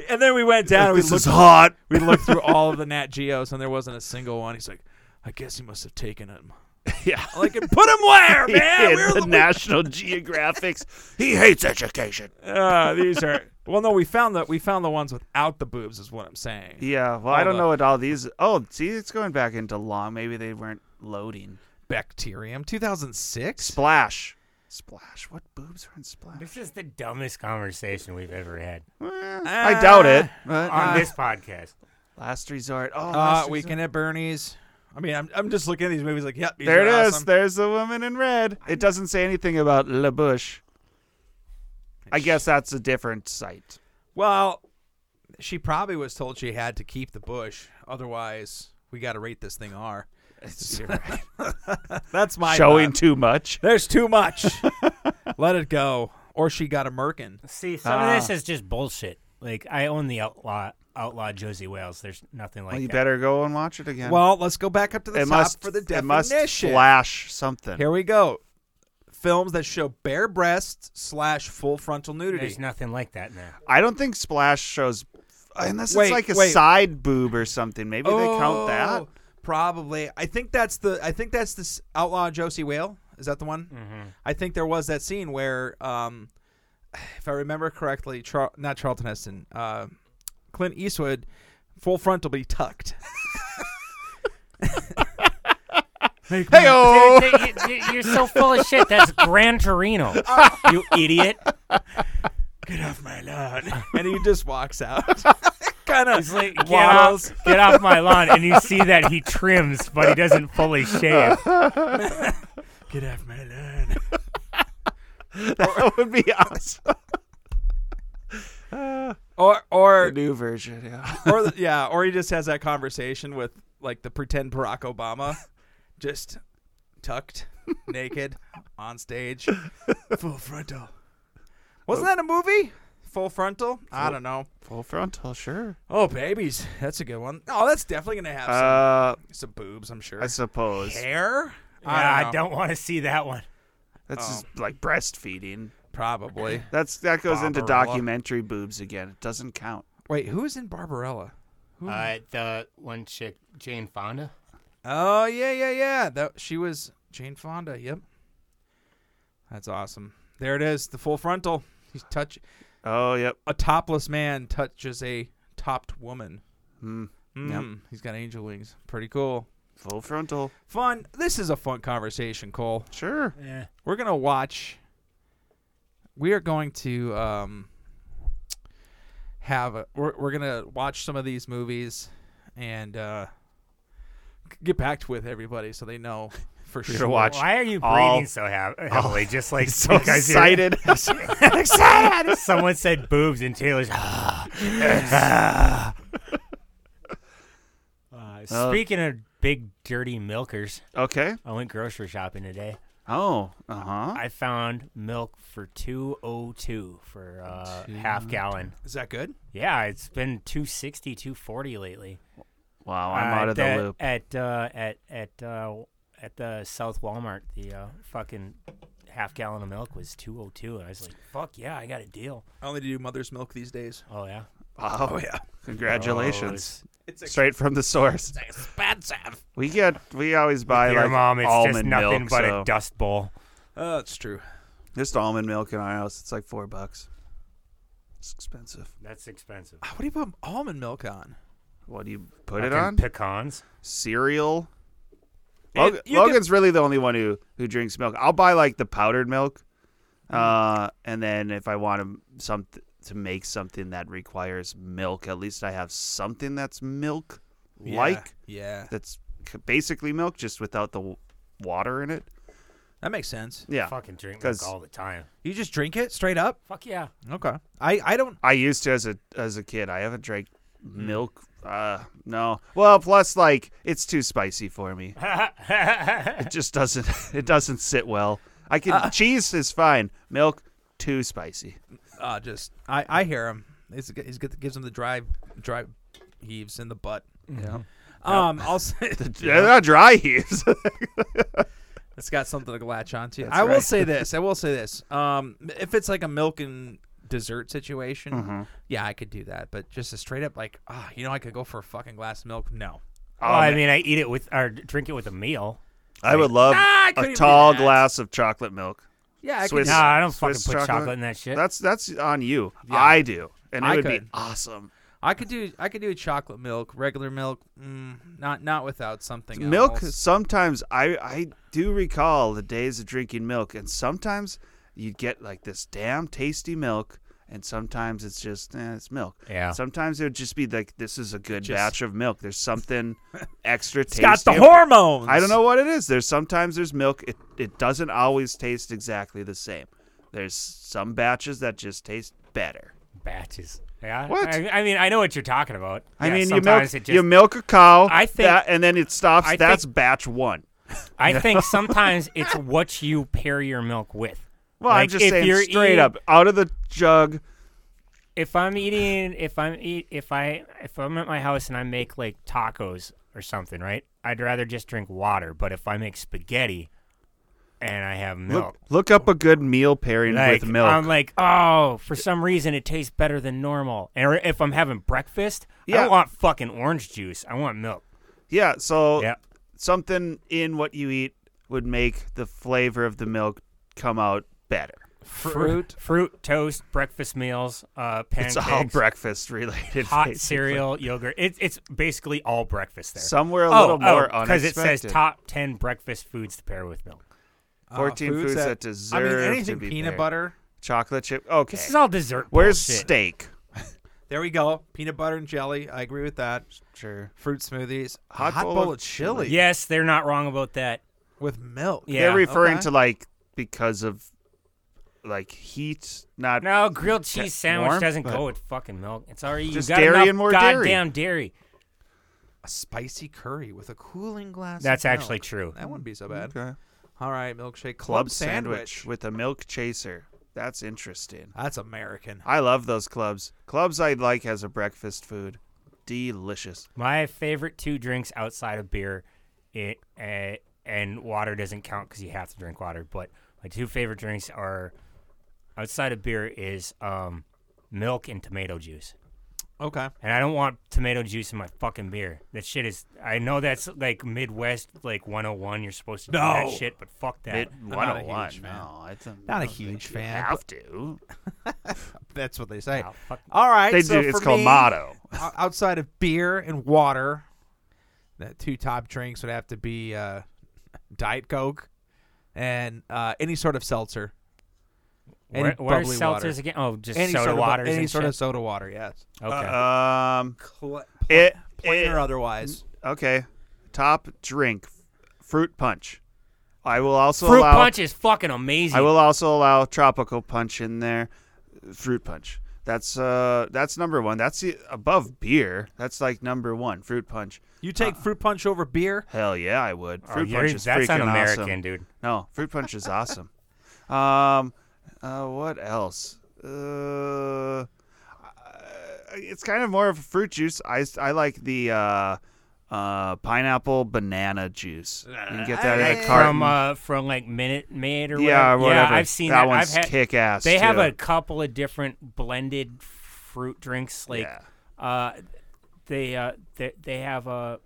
[SPEAKER 12] and then we went down. and we
[SPEAKER 11] this
[SPEAKER 12] looked
[SPEAKER 11] is hot.
[SPEAKER 12] we looked through all of the Nat Geos, and there wasn't a single one. He's like, I guess he must have taken him.
[SPEAKER 11] yeah.
[SPEAKER 12] Like, and put him where, man?
[SPEAKER 11] in
[SPEAKER 12] Where
[SPEAKER 11] the
[SPEAKER 12] the-
[SPEAKER 11] National Geographics. He hates education.
[SPEAKER 12] Ah, these are. Well, no, we found the we found the ones without the boobs, is what I'm saying.
[SPEAKER 11] Yeah, well, I
[SPEAKER 12] Hold
[SPEAKER 11] don't
[SPEAKER 12] on.
[SPEAKER 11] know what all these. Oh, see, it's going back into long. Maybe they weren't loading.
[SPEAKER 12] Bacterium, 2006.
[SPEAKER 11] Splash, splash. What boobs are in splash?
[SPEAKER 10] This is the dumbest conversation we've ever had
[SPEAKER 11] Eh, I doubt it. but-
[SPEAKER 10] on this podcast.
[SPEAKER 11] last resort. Oh,
[SPEAKER 12] Uh,
[SPEAKER 11] last
[SPEAKER 12] Weekend at Bernie's. I mean, I'm, I'm just looking at these movies like, yep, these
[SPEAKER 11] Resort. There
[SPEAKER 12] are
[SPEAKER 11] it is.
[SPEAKER 12] awesome.
[SPEAKER 11] There's the woman in red. It doesn't say anything about La Bouche. I guess that's a different site.
[SPEAKER 12] Well, she probably was told she had to keep the bush, otherwise we got to rate this thing R. That's my
[SPEAKER 11] Showing
[SPEAKER 12] thought.
[SPEAKER 11] too much.
[SPEAKER 12] There's too much. Let it go. or she got a merkin.
[SPEAKER 10] See, some of
[SPEAKER 12] uh.
[SPEAKER 10] this is just bullshit. Like I own the outlaw outlaw Josie Wales. There's nothing like
[SPEAKER 11] well, you
[SPEAKER 10] that.
[SPEAKER 11] better go and watch it again.
[SPEAKER 12] Well, let's go back up to the
[SPEAKER 11] it
[SPEAKER 12] top
[SPEAKER 11] must,
[SPEAKER 12] for the definition.
[SPEAKER 11] It must flash something.
[SPEAKER 12] Here we go. Films that show bare breasts slash full frontal nudity.
[SPEAKER 10] There's nothing like that now.
[SPEAKER 11] I don't think Splash shows, unless
[SPEAKER 12] Wait,
[SPEAKER 11] it's like a
[SPEAKER 12] wait.
[SPEAKER 11] side boob or something. Maybe they count that.
[SPEAKER 12] Oh, Probably. I think that's the. I think that's this outlaw Josie Whale. Is that the one?
[SPEAKER 10] Mhm.
[SPEAKER 12] I think there was that scene where, um, if I remember correctly, Char- not Charlton Heston, uh, Clint Eastwood, full frontal be tucked. Make my-
[SPEAKER 10] Dude, dude, you- you- you're so full of shit. That's Gran Torino. You idiot.
[SPEAKER 12] Get off my lawn. and he just walks out. kind of like,
[SPEAKER 10] Get off, get off my lawn, and you see that he trims, but he doesn't fully shave.
[SPEAKER 12] Get off my lawn.
[SPEAKER 11] that would be
[SPEAKER 12] Oh.
[SPEAKER 11] awesome.
[SPEAKER 12] or or
[SPEAKER 11] the new version, yeah.
[SPEAKER 12] or the- yeah, or he just has that conversation with like the pretend Barack Obama, just tucked, naked, on stage, full frontal. Wasn't that a movie? Full frontal? I don't know.
[SPEAKER 11] Full frontal, sure.
[SPEAKER 12] Oh, babies, that's a good one. Oh, that's definitely gonna have some,
[SPEAKER 11] Uh,
[SPEAKER 12] some boobs, I'm sure.
[SPEAKER 11] I suppose.
[SPEAKER 12] Hair?
[SPEAKER 10] Yeah, I
[SPEAKER 12] know.
[SPEAKER 10] don't want to see that one.
[SPEAKER 11] That's
[SPEAKER 12] Oh.
[SPEAKER 11] just like breastfeeding.
[SPEAKER 12] Probably.
[SPEAKER 11] That's that goes into
[SPEAKER 12] Barbarella.
[SPEAKER 11] documentary boobs again. It doesn't count.
[SPEAKER 12] Wait, who is in Barbarella? Who-
[SPEAKER 2] Uh, the one chick, Jane Fonda.
[SPEAKER 12] Oh yeah, yeah, yeah. That she was Jane Fonda. Yep. That's awesome. There it is. The full frontal. He's touch.
[SPEAKER 11] Oh yep.
[SPEAKER 12] A topless man touches a topped woman.
[SPEAKER 11] Mm.
[SPEAKER 12] Mm, He's got angel wings. Pretty cool.
[SPEAKER 11] Full frontal.
[SPEAKER 12] Fun. This is a fun conversation, Cole.
[SPEAKER 11] Sure.
[SPEAKER 10] Yeah.
[SPEAKER 12] We're gonna watch. We are going to um, have a, we're we're gonna watch some of these movies, and uh, g- get back to with everybody so they know for
[SPEAKER 11] We're
[SPEAKER 12] sure.
[SPEAKER 11] gonna watch.
[SPEAKER 10] Why are you
[SPEAKER 11] all-
[SPEAKER 10] breathing so heav- heavily? Just like
[SPEAKER 11] so
[SPEAKER 10] because you're-
[SPEAKER 11] excited.
[SPEAKER 10] excited. Someone said boobs, and Taylor's. "Ah, ah." Uh,
[SPEAKER 11] Uh,
[SPEAKER 10] speaking of big dirty milkers,
[SPEAKER 11] Okay.
[SPEAKER 10] I went grocery shopping today.
[SPEAKER 11] Oh. Uh huh.
[SPEAKER 10] I found milk for two oh two for uh, half gallon.
[SPEAKER 12] Is that good?
[SPEAKER 10] Yeah, it's been 260, 240 lately.
[SPEAKER 11] Wow. I'm
[SPEAKER 10] Uh,
[SPEAKER 11] out of the
[SPEAKER 10] at-
[SPEAKER 11] loop.
[SPEAKER 10] At uh, at at uh, at the South Walmart, the uh, fucking half gallon of milk was two oh two, and I was like, "Fuck yeah, I got a deal."
[SPEAKER 12] I only do mother's milk these days.
[SPEAKER 10] Oh yeah, Oh,
[SPEAKER 11] Oh yeah. Congratulations.
[SPEAKER 12] It's
[SPEAKER 11] Straight from the source.
[SPEAKER 12] expensive.
[SPEAKER 11] We get. We always buy
[SPEAKER 10] Dear
[SPEAKER 11] like
[SPEAKER 10] mom, it's
[SPEAKER 11] almond
[SPEAKER 10] just nothing
[SPEAKER 11] milk,
[SPEAKER 10] but
[SPEAKER 11] so-
[SPEAKER 10] a dust bowl.
[SPEAKER 12] Oh, it's true.
[SPEAKER 11] Just almond milk in our house. It's like four bucks. It's expensive.
[SPEAKER 10] That's expensive.
[SPEAKER 12] What do you put almond milk on?
[SPEAKER 11] What do you put it
[SPEAKER 10] Fucking
[SPEAKER 11] on?
[SPEAKER 10] pecans.
[SPEAKER 11] cereal.
[SPEAKER 10] And
[SPEAKER 11] Log-
[SPEAKER 10] you can-
[SPEAKER 11] Logan's really the only one who who drinks milk. I'll buy like the powdered milk, uh, and then if I want to some to make something that requires milk, at least I have something that's milk like
[SPEAKER 12] Yeah,
[SPEAKER 11] that's c- basically milk just without the w- water in it.
[SPEAKER 12] that makes sense.
[SPEAKER 11] Yeah,
[SPEAKER 10] Fucking drink
[SPEAKER 11] 'Cause-
[SPEAKER 10] milk all the time.
[SPEAKER 12] You just drink it straight up.
[SPEAKER 10] Fuck yeah.
[SPEAKER 12] Okay. I I don't.
[SPEAKER 11] I used to as a as a kid. I haven't drank
[SPEAKER 12] Mm-hmm.
[SPEAKER 11] milk. Uh, no. Well, plus like it's too spicy for me. it just doesn't it doesn't sit well. I can cheese is fine. Milk too spicy.
[SPEAKER 12] Uh, just I I hear him. He's, he's good, gives him the dry dry heaves in the butt.
[SPEAKER 11] Yeah.
[SPEAKER 12] Um, I'll say
[SPEAKER 11] They're not dry heaves.
[SPEAKER 12] it's got something to latch onto.
[SPEAKER 11] That's
[SPEAKER 12] I will
[SPEAKER 11] right.
[SPEAKER 12] say this. I will say this. Um, if it's like a milk and dessert situation, yeah, I could do that. But just a straight up like, ah, you know, I could go for a fucking glass of milk. No.
[SPEAKER 10] well, I mean, I eat it with or drink it with a meal.
[SPEAKER 11] I would love
[SPEAKER 12] Ah, I couldn't
[SPEAKER 11] a
[SPEAKER 12] do
[SPEAKER 11] tall
[SPEAKER 12] that.
[SPEAKER 11] glass of chocolate milk.
[SPEAKER 12] Yeah, I
[SPEAKER 11] Swiss-
[SPEAKER 12] could.
[SPEAKER 10] No, I don't
[SPEAKER 11] Swiss
[SPEAKER 10] fucking put
[SPEAKER 11] chocolate?
[SPEAKER 10] chocolate in that shit.
[SPEAKER 11] That's that's on you. I do, and it
[SPEAKER 12] I
[SPEAKER 11] would be
[SPEAKER 12] could.
[SPEAKER 11] awesome.
[SPEAKER 12] I could do I could do chocolate milk, regular milk, mm, not not without something
[SPEAKER 11] milk
[SPEAKER 12] else.
[SPEAKER 11] sometimes I I do recall the days of drinking milk and sometimes you get like this damn tasty milk and sometimes it's just eh, it's milk.
[SPEAKER 10] Yeah.
[SPEAKER 11] Sometimes it would just be like this is a good
[SPEAKER 12] Just-
[SPEAKER 11] batch of milk. There's something extra tasty.
[SPEAKER 12] got the
[SPEAKER 11] ab-
[SPEAKER 12] hormones.
[SPEAKER 11] I don't know what it is. There's sometimes there's milk. It it doesn't always taste exactly the same. There's some batches that just taste better.
[SPEAKER 10] batches. Yeah.
[SPEAKER 11] What?
[SPEAKER 10] I, I mean, I know what you're talking about.
[SPEAKER 11] I
[SPEAKER 10] Yeah,
[SPEAKER 11] mean, you milk
[SPEAKER 10] sometimes it
[SPEAKER 11] you
[SPEAKER 10] just-
[SPEAKER 11] milk a cow.
[SPEAKER 10] I think-
[SPEAKER 11] that- and then it stops.
[SPEAKER 10] I
[SPEAKER 11] that's
[SPEAKER 10] think-
[SPEAKER 11] batch one.
[SPEAKER 10] I think sometimes it's what you pair your milk with.
[SPEAKER 11] Well, I'm
[SPEAKER 10] Like,
[SPEAKER 11] just
[SPEAKER 10] if
[SPEAKER 11] saying
[SPEAKER 10] you're
[SPEAKER 11] straight
[SPEAKER 10] eating-
[SPEAKER 11] up out of the jug.
[SPEAKER 10] If I'm eating, if I'm eat, if I if I'm at my house and I make like tacos or something, right? I'd rather just drink water. But if I make spaghetti and I have milk,
[SPEAKER 11] Look, look up a good meal pairing
[SPEAKER 10] like,
[SPEAKER 11] with milk.
[SPEAKER 10] I'm like, oh, for some reason it tastes better than normal. And if I'm having breakfast, I
[SPEAKER 11] Yeah.
[SPEAKER 10] don't want fucking orange juice. I want milk.
[SPEAKER 11] yeah, so something in what you eat would make the flavor of the milk come out better.
[SPEAKER 10] Fruit, fruit, toast, breakfast meals, uh,
[SPEAKER 11] It's
[SPEAKER 10] pancakes,
[SPEAKER 11] all breakfast related,
[SPEAKER 10] hot
[SPEAKER 11] basically.
[SPEAKER 10] cereal, yogurt. It, it's basically all breakfast there.
[SPEAKER 11] Somewhere a
[SPEAKER 10] Oh,
[SPEAKER 11] little more
[SPEAKER 10] oh, because it says
[SPEAKER 11] unexpected.
[SPEAKER 10] top uh, ten breakfast foods to pair with milk.
[SPEAKER 11] 14 foods, that, deserve
[SPEAKER 12] Uh, I mean, anything
[SPEAKER 11] to be
[SPEAKER 12] peanut
[SPEAKER 11] paired.
[SPEAKER 12] butter.
[SPEAKER 11] chocolate chip. Okay,
[SPEAKER 12] is all dessert
[SPEAKER 11] Where's
[SPEAKER 12] bullshit.
[SPEAKER 11] steak?
[SPEAKER 12] There we go. Peanut butter and jelly. I agree with that.
[SPEAKER 11] Sure.
[SPEAKER 12] Fruit smoothies.
[SPEAKER 11] Hot bowl of chili.
[SPEAKER 10] Yes, they're not wrong about that.
[SPEAKER 12] With milk.
[SPEAKER 11] They're referring to like because of like heat, not
[SPEAKER 10] No, grilled cheese sandwich
[SPEAKER 11] warm,
[SPEAKER 10] doesn't
[SPEAKER 11] but
[SPEAKER 10] go with fucking milk. It's already you
[SPEAKER 11] Just
[SPEAKER 10] got
[SPEAKER 11] dairy
[SPEAKER 10] enough
[SPEAKER 11] and more dairy.
[SPEAKER 10] goddamn dairy.
[SPEAKER 12] a spicy curry with a cooling glass.
[SPEAKER 10] That's
[SPEAKER 12] of
[SPEAKER 10] actually
[SPEAKER 12] milk.
[SPEAKER 10] true.
[SPEAKER 12] That wouldn't be so bad.
[SPEAKER 11] Okay.
[SPEAKER 12] All right, milkshake
[SPEAKER 11] club sandwich with a milk chaser. That's interesting.
[SPEAKER 12] That's American.
[SPEAKER 11] I love those clubs. Clubs I like as a breakfast food. Delicious.
[SPEAKER 10] My favorite two drinks outside of beer, it uh, and water doesn't count because you have to drink water. But my two favorite drinks are outside of beer is um, milk and tomato juice.
[SPEAKER 12] Okay.
[SPEAKER 10] And I don't want tomato juice in my fucking beer. That shit is. I know that's like Midwest, like 101. You're supposed to do
[SPEAKER 12] No.
[SPEAKER 10] that shit, but fuck that.
[SPEAKER 11] It,
[SPEAKER 10] I'm not a
[SPEAKER 11] 101.
[SPEAKER 10] huge fan.
[SPEAKER 11] No, it's a,
[SPEAKER 10] Oh,
[SPEAKER 12] Not a huge fan.
[SPEAKER 11] You have to.
[SPEAKER 12] That's what they say.
[SPEAKER 10] Oh, fuck.
[SPEAKER 12] All right.
[SPEAKER 11] They
[SPEAKER 12] so
[SPEAKER 11] do. It's
[SPEAKER 12] for
[SPEAKER 11] called
[SPEAKER 12] me,
[SPEAKER 11] motto.
[SPEAKER 12] o- Outside of beer and water, the two top drinks would have to be uh, Diet Coke and uh, any sort of seltzer. Any
[SPEAKER 10] Where- where are
[SPEAKER 12] bubbly
[SPEAKER 10] seltzers
[SPEAKER 12] water.
[SPEAKER 10] again? Oh, just
[SPEAKER 12] any
[SPEAKER 10] soda
[SPEAKER 12] sort of,
[SPEAKER 10] waters
[SPEAKER 12] Any
[SPEAKER 10] and
[SPEAKER 12] sort of
[SPEAKER 10] shit?
[SPEAKER 12] soda water, yes.
[SPEAKER 10] Okay.
[SPEAKER 11] Um,
[SPEAKER 12] Cl-
[SPEAKER 11] it,
[SPEAKER 12] plain
[SPEAKER 11] it-
[SPEAKER 12] or otherwise.
[SPEAKER 11] Okay. Top drink, fruit punch. I will also
[SPEAKER 10] Fruit
[SPEAKER 11] allow,
[SPEAKER 10] punch is fucking amazing.
[SPEAKER 11] I will also allow tropical punch in there. Fruit punch. That's uh that's number one. That's the, above beer. That's like number one. Fruit punch.
[SPEAKER 12] You take fruit punch over beer?
[SPEAKER 11] Hell yeah, I would.
[SPEAKER 10] Oh,
[SPEAKER 11] Fruit
[SPEAKER 10] you're-
[SPEAKER 11] punch is
[SPEAKER 10] that's
[SPEAKER 11] freaking
[SPEAKER 10] un-American,
[SPEAKER 11] awesome.
[SPEAKER 10] dude.
[SPEAKER 11] No, fruit punch is awesome. Um, uh, what else? Uh, it's kind of more of a fruit juice. I, I like the uh, uh, pineapple banana juice. You can get that
[SPEAKER 10] Like
[SPEAKER 11] in a carton.
[SPEAKER 10] from uh, from like Minute Maid or
[SPEAKER 11] Yeah,
[SPEAKER 10] whatever.
[SPEAKER 11] or whatever.
[SPEAKER 10] Yeah, I've seen
[SPEAKER 11] That
[SPEAKER 10] that.
[SPEAKER 11] one's
[SPEAKER 10] I've had,
[SPEAKER 11] kick-ass,
[SPEAKER 10] They have
[SPEAKER 11] too.
[SPEAKER 10] a couple of different blended fruit drinks. Like, uh, they uh, they they have a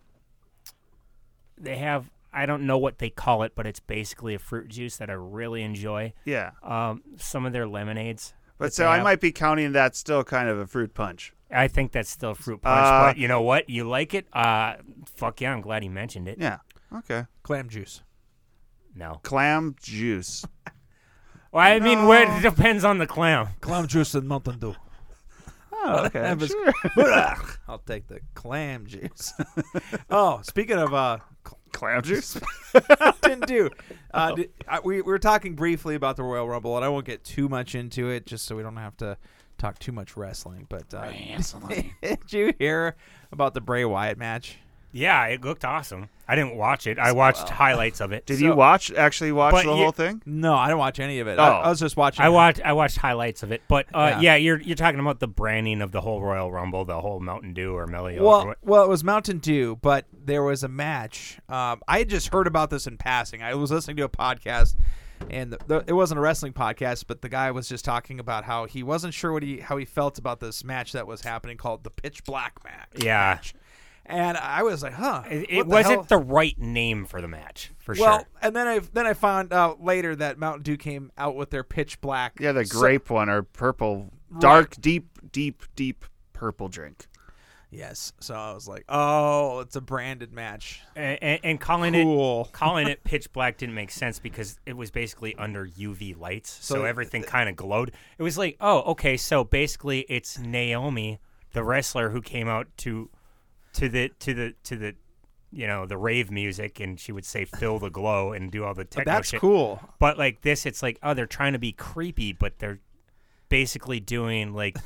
[SPEAKER 10] they have I don't know what they call it, but it's basically a fruit juice that I really enjoy.
[SPEAKER 11] Yeah.
[SPEAKER 10] Um, some of their lemonades.
[SPEAKER 11] but
[SPEAKER 10] that
[SPEAKER 11] so
[SPEAKER 10] they
[SPEAKER 11] I
[SPEAKER 10] have.
[SPEAKER 11] might be counting that still kind of a fruit punch.
[SPEAKER 10] I think that's still fruit punch,
[SPEAKER 11] Uh,
[SPEAKER 10] but you know what? You like it? Uh, fuck yeah! I'm glad he mentioned it.
[SPEAKER 11] Yeah. Okay.
[SPEAKER 12] Clam juice.
[SPEAKER 10] No.
[SPEAKER 11] Clam juice.
[SPEAKER 10] Well, I mean, where it depends on the clam.
[SPEAKER 12] Clam juice and Mountain Dew.
[SPEAKER 11] Oh, okay.
[SPEAKER 12] That was-
[SPEAKER 11] sure.
[SPEAKER 12] Ugh, I'll take the clam juice. oh, speaking of uh, cl-
[SPEAKER 11] Clam juice?
[SPEAKER 12] Mountain Dew, uh,
[SPEAKER 11] Oh.
[SPEAKER 12] di- I- we, we were talking briefly about the Royal Rumble, and I won't get too much into it just so we don't have to talk too much wrestling. But uh, did you hear about the Bray Wyatt match?
[SPEAKER 10] Yeah, it looked awesome. I didn't watch it. I watched highlights of it.
[SPEAKER 11] Did you watch actually watch
[SPEAKER 10] But
[SPEAKER 11] the
[SPEAKER 10] you-
[SPEAKER 11] whole thing?
[SPEAKER 12] No, I didn't watch any of it. I,
[SPEAKER 11] Oh.
[SPEAKER 12] I was just watching.
[SPEAKER 10] I
[SPEAKER 12] it.
[SPEAKER 10] watched. I watched highlights of it. But uh,
[SPEAKER 12] Yeah.
[SPEAKER 10] yeah. you're you're talking about the branding of the whole Royal Rumble, the whole Mountain Dew or Melio. or
[SPEAKER 12] Well,
[SPEAKER 10] what.
[SPEAKER 12] well, it was Mountain Dew, but there was a match. Um, I had just heard about this in passing. I was listening to a podcast, and the, the, it wasn't a wrestling podcast, but the guy was just talking about how he wasn't sure what he how he felt about this match that was happening called the Pitch Black match.
[SPEAKER 10] yeah,
[SPEAKER 12] And I was like, huh,
[SPEAKER 10] it,
[SPEAKER 12] what
[SPEAKER 10] it
[SPEAKER 12] the
[SPEAKER 10] wasn't
[SPEAKER 12] hell?
[SPEAKER 10] the right name for the match for
[SPEAKER 12] well,
[SPEAKER 10] sure.
[SPEAKER 12] and then I then I found out later that Mountain Dew came out with their Pitch Black.
[SPEAKER 11] Yeah, the
[SPEAKER 12] so-
[SPEAKER 11] grape one or purple,
[SPEAKER 12] Right.
[SPEAKER 11] dark, deep, deep, deep purple drink.
[SPEAKER 12] yes, so I was like, oh, it's a branded match.
[SPEAKER 10] And, and, and calling
[SPEAKER 12] Cool.
[SPEAKER 10] it calling it pitch black didn't make sense because it was basically under UV lights, so,
[SPEAKER 12] So-
[SPEAKER 10] everything kind of glowed. It was like, oh, okay, so basically it's Naomi, the wrestler who came out to to the to the to the you know the rave music, and she would say fill the glow and do all the techno
[SPEAKER 12] that's
[SPEAKER 10] shit.
[SPEAKER 12] cool.
[SPEAKER 10] But like this, it's like oh, they're trying to be creepy, but they're basically doing like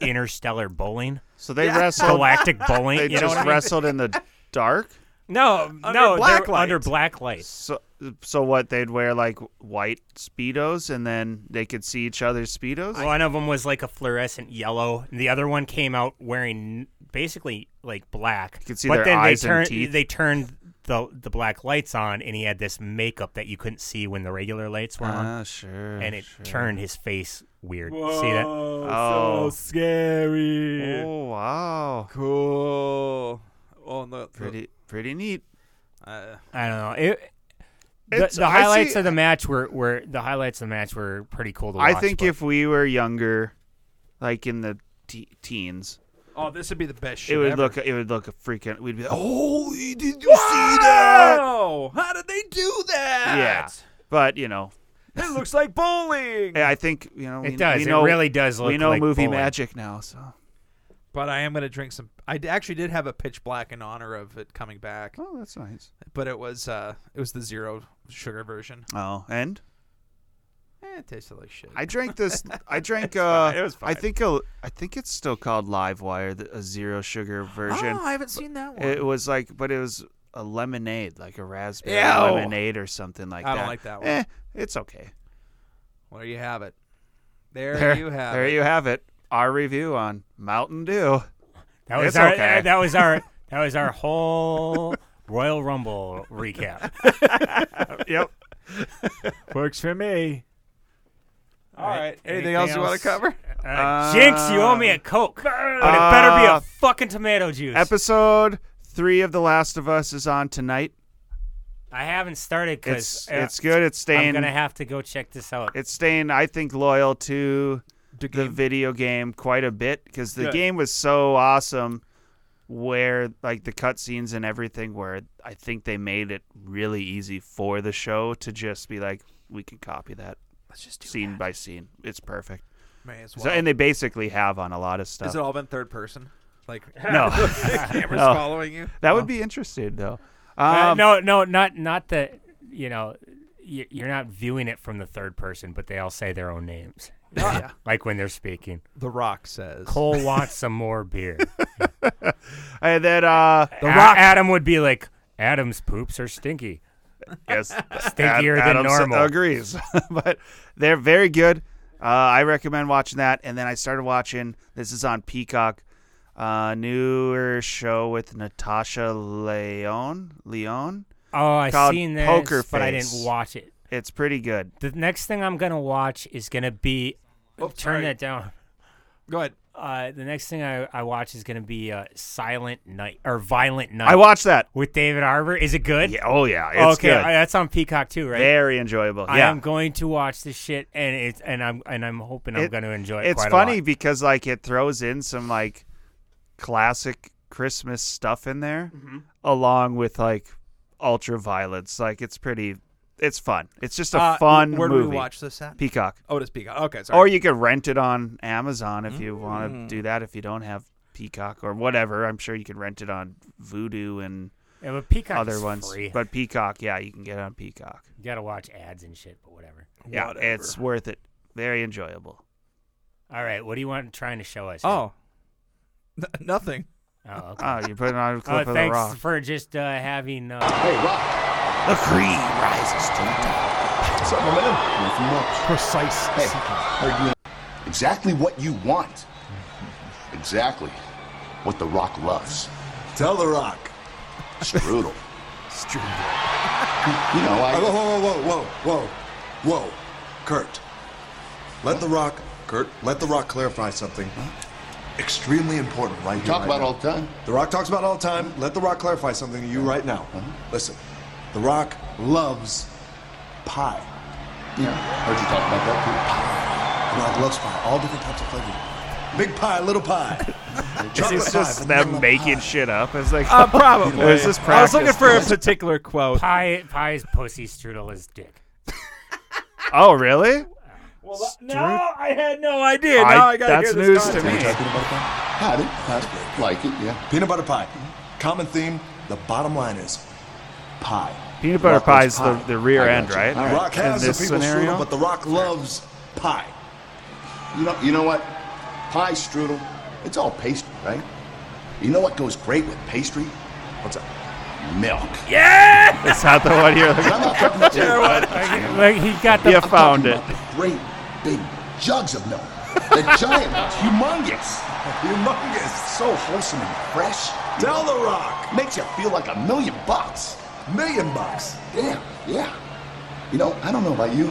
[SPEAKER 10] interstellar bowling,
[SPEAKER 11] So they
[SPEAKER 12] Yeah.
[SPEAKER 11] wrestled.
[SPEAKER 10] galactic bowling.
[SPEAKER 11] They
[SPEAKER 10] you know
[SPEAKER 11] just
[SPEAKER 10] what I mean?
[SPEAKER 11] wrestled in the dark.
[SPEAKER 10] No,
[SPEAKER 12] Under
[SPEAKER 10] no, they're
[SPEAKER 12] black
[SPEAKER 10] under
[SPEAKER 12] light.
[SPEAKER 10] black light.
[SPEAKER 11] So so what? They'd wear like white speedos, and then they could see each other's speedos.
[SPEAKER 10] One of them was like a fluorescent yellow. and The other one came out wearing basically like black. You
[SPEAKER 11] could see
[SPEAKER 10] but
[SPEAKER 11] their
[SPEAKER 10] then
[SPEAKER 11] eyes
[SPEAKER 10] they
[SPEAKER 11] and
[SPEAKER 10] turned
[SPEAKER 11] teeth.
[SPEAKER 10] they turned the the black lights on, and he had this makeup that you couldn't see when the regular lights were on.
[SPEAKER 11] Ah, sure,
[SPEAKER 10] And it
[SPEAKER 11] sure.
[SPEAKER 10] turned his face weird. see that?
[SPEAKER 11] Oh.
[SPEAKER 12] scary.
[SPEAKER 11] Oh wow,
[SPEAKER 12] cool. Oh no,
[SPEAKER 11] pretty pretty neat.
[SPEAKER 12] Uh,
[SPEAKER 10] I don't know. It, the,
[SPEAKER 11] It's-
[SPEAKER 10] the
[SPEAKER 11] I
[SPEAKER 10] highlights
[SPEAKER 11] see-
[SPEAKER 10] of the match were, were the highlights of the match were pretty cool to watch.
[SPEAKER 11] I think
[SPEAKER 10] but-
[SPEAKER 11] if we were younger, like in the te- teens,
[SPEAKER 12] Oh, this would be the best shit.
[SPEAKER 11] it would
[SPEAKER 12] ever.
[SPEAKER 11] look it would look a freaking. We'd be like, oh
[SPEAKER 12] Holy! Did you see
[SPEAKER 11] that?
[SPEAKER 12] Wow! How did they do that?
[SPEAKER 11] yeah, but you know,
[SPEAKER 12] It looks like bowling.
[SPEAKER 11] I think you know
[SPEAKER 10] It
[SPEAKER 11] we,
[SPEAKER 10] does.
[SPEAKER 11] we
[SPEAKER 10] It
[SPEAKER 11] know,
[SPEAKER 10] really does
[SPEAKER 11] We
[SPEAKER 10] look
[SPEAKER 11] know
[SPEAKER 10] like
[SPEAKER 11] movie
[SPEAKER 10] bowling.
[SPEAKER 11] magic now, so
[SPEAKER 12] But I am going to drink some. I d- actually did have a pitch black in honor of it coming back.
[SPEAKER 11] Oh, that's nice.
[SPEAKER 12] But it was uh, it was the zero sugar version.
[SPEAKER 11] oh, and
[SPEAKER 12] Eh, it tasted like shit.
[SPEAKER 11] I drank this. I drank.
[SPEAKER 12] It's
[SPEAKER 11] Uh,
[SPEAKER 12] fine, it was
[SPEAKER 11] I
[SPEAKER 12] fine.
[SPEAKER 11] think. A, I think it's still called Live Wire, the, a zero sugar version.
[SPEAKER 12] Oh, I haven't seen that one.
[SPEAKER 11] It was like, but it was a lemonade, like a raspberry
[SPEAKER 12] Ew.
[SPEAKER 11] lemonade or something like
[SPEAKER 12] I
[SPEAKER 11] that.
[SPEAKER 12] don't like that one.
[SPEAKER 11] Eh, it's okay.
[SPEAKER 12] Well, there you have it. There,
[SPEAKER 11] There
[SPEAKER 12] you have
[SPEAKER 11] There
[SPEAKER 12] it.
[SPEAKER 11] you have it. Our review on Mountain Dew.
[SPEAKER 10] That was
[SPEAKER 11] It's
[SPEAKER 10] our
[SPEAKER 11] okay.
[SPEAKER 10] that was our that was our whole Royal Rumble recap.
[SPEAKER 11] yep.
[SPEAKER 14] Works for me.
[SPEAKER 12] All right. Anything, else you want to cover?
[SPEAKER 10] Uh, Jinx, you owe me a Coke. But it better be
[SPEAKER 11] uh,
[SPEAKER 10] a fucking tomato juice.
[SPEAKER 11] Episode three of The Last of Us is on tonight.
[SPEAKER 10] I haven't started because
[SPEAKER 11] It's it's good. It's staying.
[SPEAKER 10] I'm gonna have to go check this out.
[SPEAKER 11] It's staying, I think, loyal to the video game quite a bit because the
[SPEAKER 10] Good.
[SPEAKER 11] game was so awesome. Where like the cutscenes and everything, where I think they made it really easy for the show to just be like, we can copy that.
[SPEAKER 12] Let's just do
[SPEAKER 11] scene by scene. It's perfect.
[SPEAKER 12] May as
[SPEAKER 11] So,
[SPEAKER 12] well.
[SPEAKER 11] and they basically have on a lot of stuff.
[SPEAKER 12] Has it all been third person? Like
[SPEAKER 11] no,
[SPEAKER 12] the cameras
[SPEAKER 11] No.
[SPEAKER 12] following you.
[SPEAKER 11] That would be interesting though.
[SPEAKER 10] Uh,
[SPEAKER 11] Um,
[SPEAKER 10] no, no, not not the you know y- you're not viewing it from the third person, but they all say their own names.
[SPEAKER 12] Yeah.
[SPEAKER 10] like when they're speaking.
[SPEAKER 12] The Rock says
[SPEAKER 10] Cole wants some more beer.
[SPEAKER 11] and then uh,
[SPEAKER 10] The Rock Adam would be like, Adam's poops are stinky.
[SPEAKER 11] Yes,
[SPEAKER 10] stinkier
[SPEAKER 11] Ad-
[SPEAKER 10] than
[SPEAKER 11] Adam s-
[SPEAKER 10] normal.
[SPEAKER 11] Agrees, but they're very good. Uh, I recommend watching that. And then I started watching. This is on Peacock. Uh, newer show with Natasha Leon. Leon.
[SPEAKER 10] Oh, I
[SPEAKER 11] called
[SPEAKER 10] seen this,
[SPEAKER 11] Poker
[SPEAKER 10] but I
[SPEAKER 11] Face.
[SPEAKER 10] didn't watch it.
[SPEAKER 11] It's pretty good.
[SPEAKER 10] The next thing I'm gonna watch is gonna be. turn
[SPEAKER 12] sorry.
[SPEAKER 10] that down.
[SPEAKER 12] Go ahead.
[SPEAKER 10] Uh, the next thing I, I watch is gonna be uh, Silent Night or Violent Night.
[SPEAKER 11] I watched that
[SPEAKER 10] with David Arbor. Is it good?
[SPEAKER 11] Yeah, oh yeah, it's
[SPEAKER 10] Uh, okay,
[SPEAKER 11] good.
[SPEAKER 10] uh, that's on Peacock too, right?
[SPEAKER 11] Very enjoyable.
[SPEAKER 10] I
[SPEAKER 11] yeah.
[SPEAKER 10] am going to watch this shit, and it's and I'm and I'm hoping I'm
[SPEAKER 11] It-
[SPEAKER 10] going to enjoy it.
[SPEAKER 11] It's
[SPEAKER 10] quite
[SPEAKER 11] funny
[SPEAKER 10] A lot.
[SPEAKER 11] because like it throws in some like classic Christmas stuff in there,
[SPEAKER 10] Mm-hmm.
[SPEAKER 11] along with like ultra violence. Like it's pretty. It's fun. It's just a
[SPEAKER 12] Uh,
[SPEAKER 11] fun.
[SPEAKER 12] where do we
[SPEAKER 11] movie.
[SPEAKER 12] watch this at?
[SPEAKER 11] Peacock.
[SPEAKER 12] Oh, it is Peacock. Okay, sorry.
[SPEAKER 11] Or you could rent it on Amazon if you want to
[SPEAKER 12] Mm.
[SPEAKER 11] do that. If you don't have Peacock or whatever, I'm sure you could rent it on Voodoo and
[SPEAKER 10] Yeah, but Peacock
[SPEAKER 11] other
[SPEAKER 10] is
[SPEAKER 11] ones.
[SPEAKER 10] free.
[SPEAKER 11] But Peacock, yeah, you can get it on Peacock.
[SPEAKER 10] You got to watch ads and shit, but whatever.
[SPEAKER 11] Yeah, it's worth it. Very enjoyable.
[SPEAKER 10] All right, what do you want trying to show us?
[SPEAKER 12] Oh, N- nothing.
[SPEAKER 10] Oh, okay.
[SPEAKER 11] Oh, you put it on a
[SPEAKER 10] Uh,
[SPEAKER 11] clip of the
[SPEAKER 10] thanks
[SPEAKER 11] rock.
[SPEAKER 10] for just uh, having. Uh,
[SPEAKER 11] The cream rises to the top.
[SPEAKER 1] What's up, my man? With much precise hey, are you exactly what you want. Exactly what The Rock loves. Tell The Rock. Strudel. Strudel. You know, I.
[SPEAKER 13] Whoa, whoa, whoa, whoa, whoa, whoa, Kurt. Let the rock, Kurt. Let the rock clarify something. Extremely important, right?
[SPEAKER 1] We
[SPEAKER 13] here,
[SPEAKER 1] talk
[SPEAKER 13] right
[SPEAKER 1] about
[SPEAKER 13] now.
[SPEAKER 1] all the time.
[SPEAKER 13] The Rock talks about it all the time. Let The Rock clarify something to you right now.
[SPEAKER 1] Uh-huh.
[SPEAKER 13] Listen, The Rock loves pie.
[SPEAKER 1] Yeah, heard you talk about that too.
[SPEAKER 13] Pie. The Rock loves pie. All different types of flavor. Big pie, little pie.
[SPEAKER 11] This
[SPEAKER 13] Chocolate
[SPEAKER 11] is just
[SPEAKER 13] pie,
[SPEAKER 11] them
[SPEAKER 13] vanilla
[SPEAKER 11] making shit up. It's like
[SPEAKER 12] Uh, probably.
[SPEAKER 11] Or is this
[SPEAKER 12] I was
[SPEAKER 11] practice?
[SPEAKER 12] looking for a particular quote.
[SPEAKER 10] pie, pie is pussy. Strudel is dick.
[SPEAKER 11] Oh, really?
[SPEAKER 10] Well, no, I had no idea.
[SPEAKER 11] I- Now I gotta that's hear this news to
[SPEAKER 13] Can
[SPEAKER 11] content.
[SPEAKER 13] you try peanut butter pie?
[SPEAKER 1] Had it. Had it. Like it, yeah.
[SPEAKER 13] Peanut butter pie. Common theme. The bottom line is pie.
[SPEAKER 11] Peanut butter
[SPEAKER 13] Rock loves
[SPEAKER 11] pie is the, the rear
[SPEAKER 1] I
[SPEAKER 11] end,
[SPEAKER 1] gotcha.
[SPEAKER 11] right?
[SPEAKER 1] All right.
[SPEAKER 13] Rock
[SPEAKER 11] In
[SPEAKER 13] has the
[SPEAKER 11] this
[SPEAKER 13] people strudel,
[SPEAKER 11] scenario.
[SPEAKER 13] but The Rock loves pie.
[SPEAKER 1] You know, you know what? Pie, strudel, it's all pastry, right? You know what goes great with pastry? What's up? milk.
[SPEAKER 10] Yeah!
[SPEAKER 11] It's not the one you're looking
[SPEAKER 1] I'm not talking about
[SPEAKER 11] for. You're
[SPEAKER 1] that.
[SPEAKER 11] what- like, he got the-
[SPEAKER 1] I'm
[SPEAKER 11] You
[SPEAKER 1] talking
[SPEAKER 11] found it.
[SPEAKER 1] about the Great big jugs of milk. The giant ones, humongous. Humongous. So wholesome and fresh. Tell the rock. Makes you feel like a million bucks. Million bucks? Damn, yeah. You know, I don't know about you,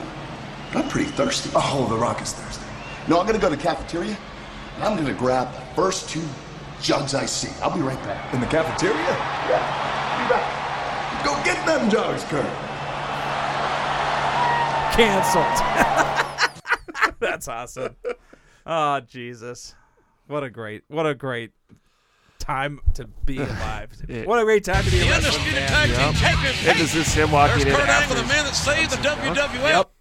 [SPEAKER 1] but I'm pretty thirsty. Oh, the rock is thirsty. No, I'm gonna go to the cafeteria and I'm gonna grab the first two jugs I see. I'll be right back. In the cafeteria? Yeah. Be back. Go get them jugs, Kurt.
[SPEAKER 12] Canceled. That's awesome. Oh Jesus, what a great, what a great time to be alive.
[SPEAKER 11] Yeah.
[SPEAKER 12] what a great time to be
[SPEAKER 11] The
[SPEAKER 12] alive.
[SPEAKER 11] Undisputed
[SPEAKER 12] man.
[SPEAKER 11] Tag Team Yep. Champions. And is this him walking There's in Kurt Angle, the afterwards? man that saved the WWF.
[SPEAKER 12] Yep.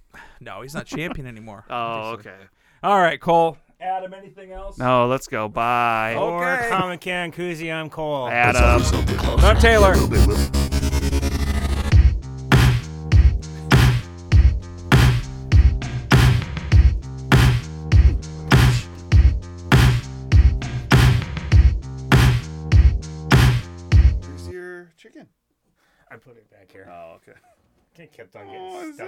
[SPEAKER 12] No, he's not champion anymore.
[SPEAKER 11] Oh,
[SPEAKER 12] Obviously.
[SPEAKER 11] okay.
[SPEAKER 12] All right, Cole.
[SPEAKER 10] Adam, anything else?
[SPEAKER 11] No, let's go. Bye.
[SPEAKER 10] Or Common Can Koozie, I'm Cole.
[SPEAKER 11] Adam.
[SPEAKER 10] Not Taylor.
[SPEAKER 11] Where's your chicken?
[SPEAKER 10] I put it back here.
[SPEAKER 11] Oh, okay.
[SPEAKER 10] It kept on getting stuck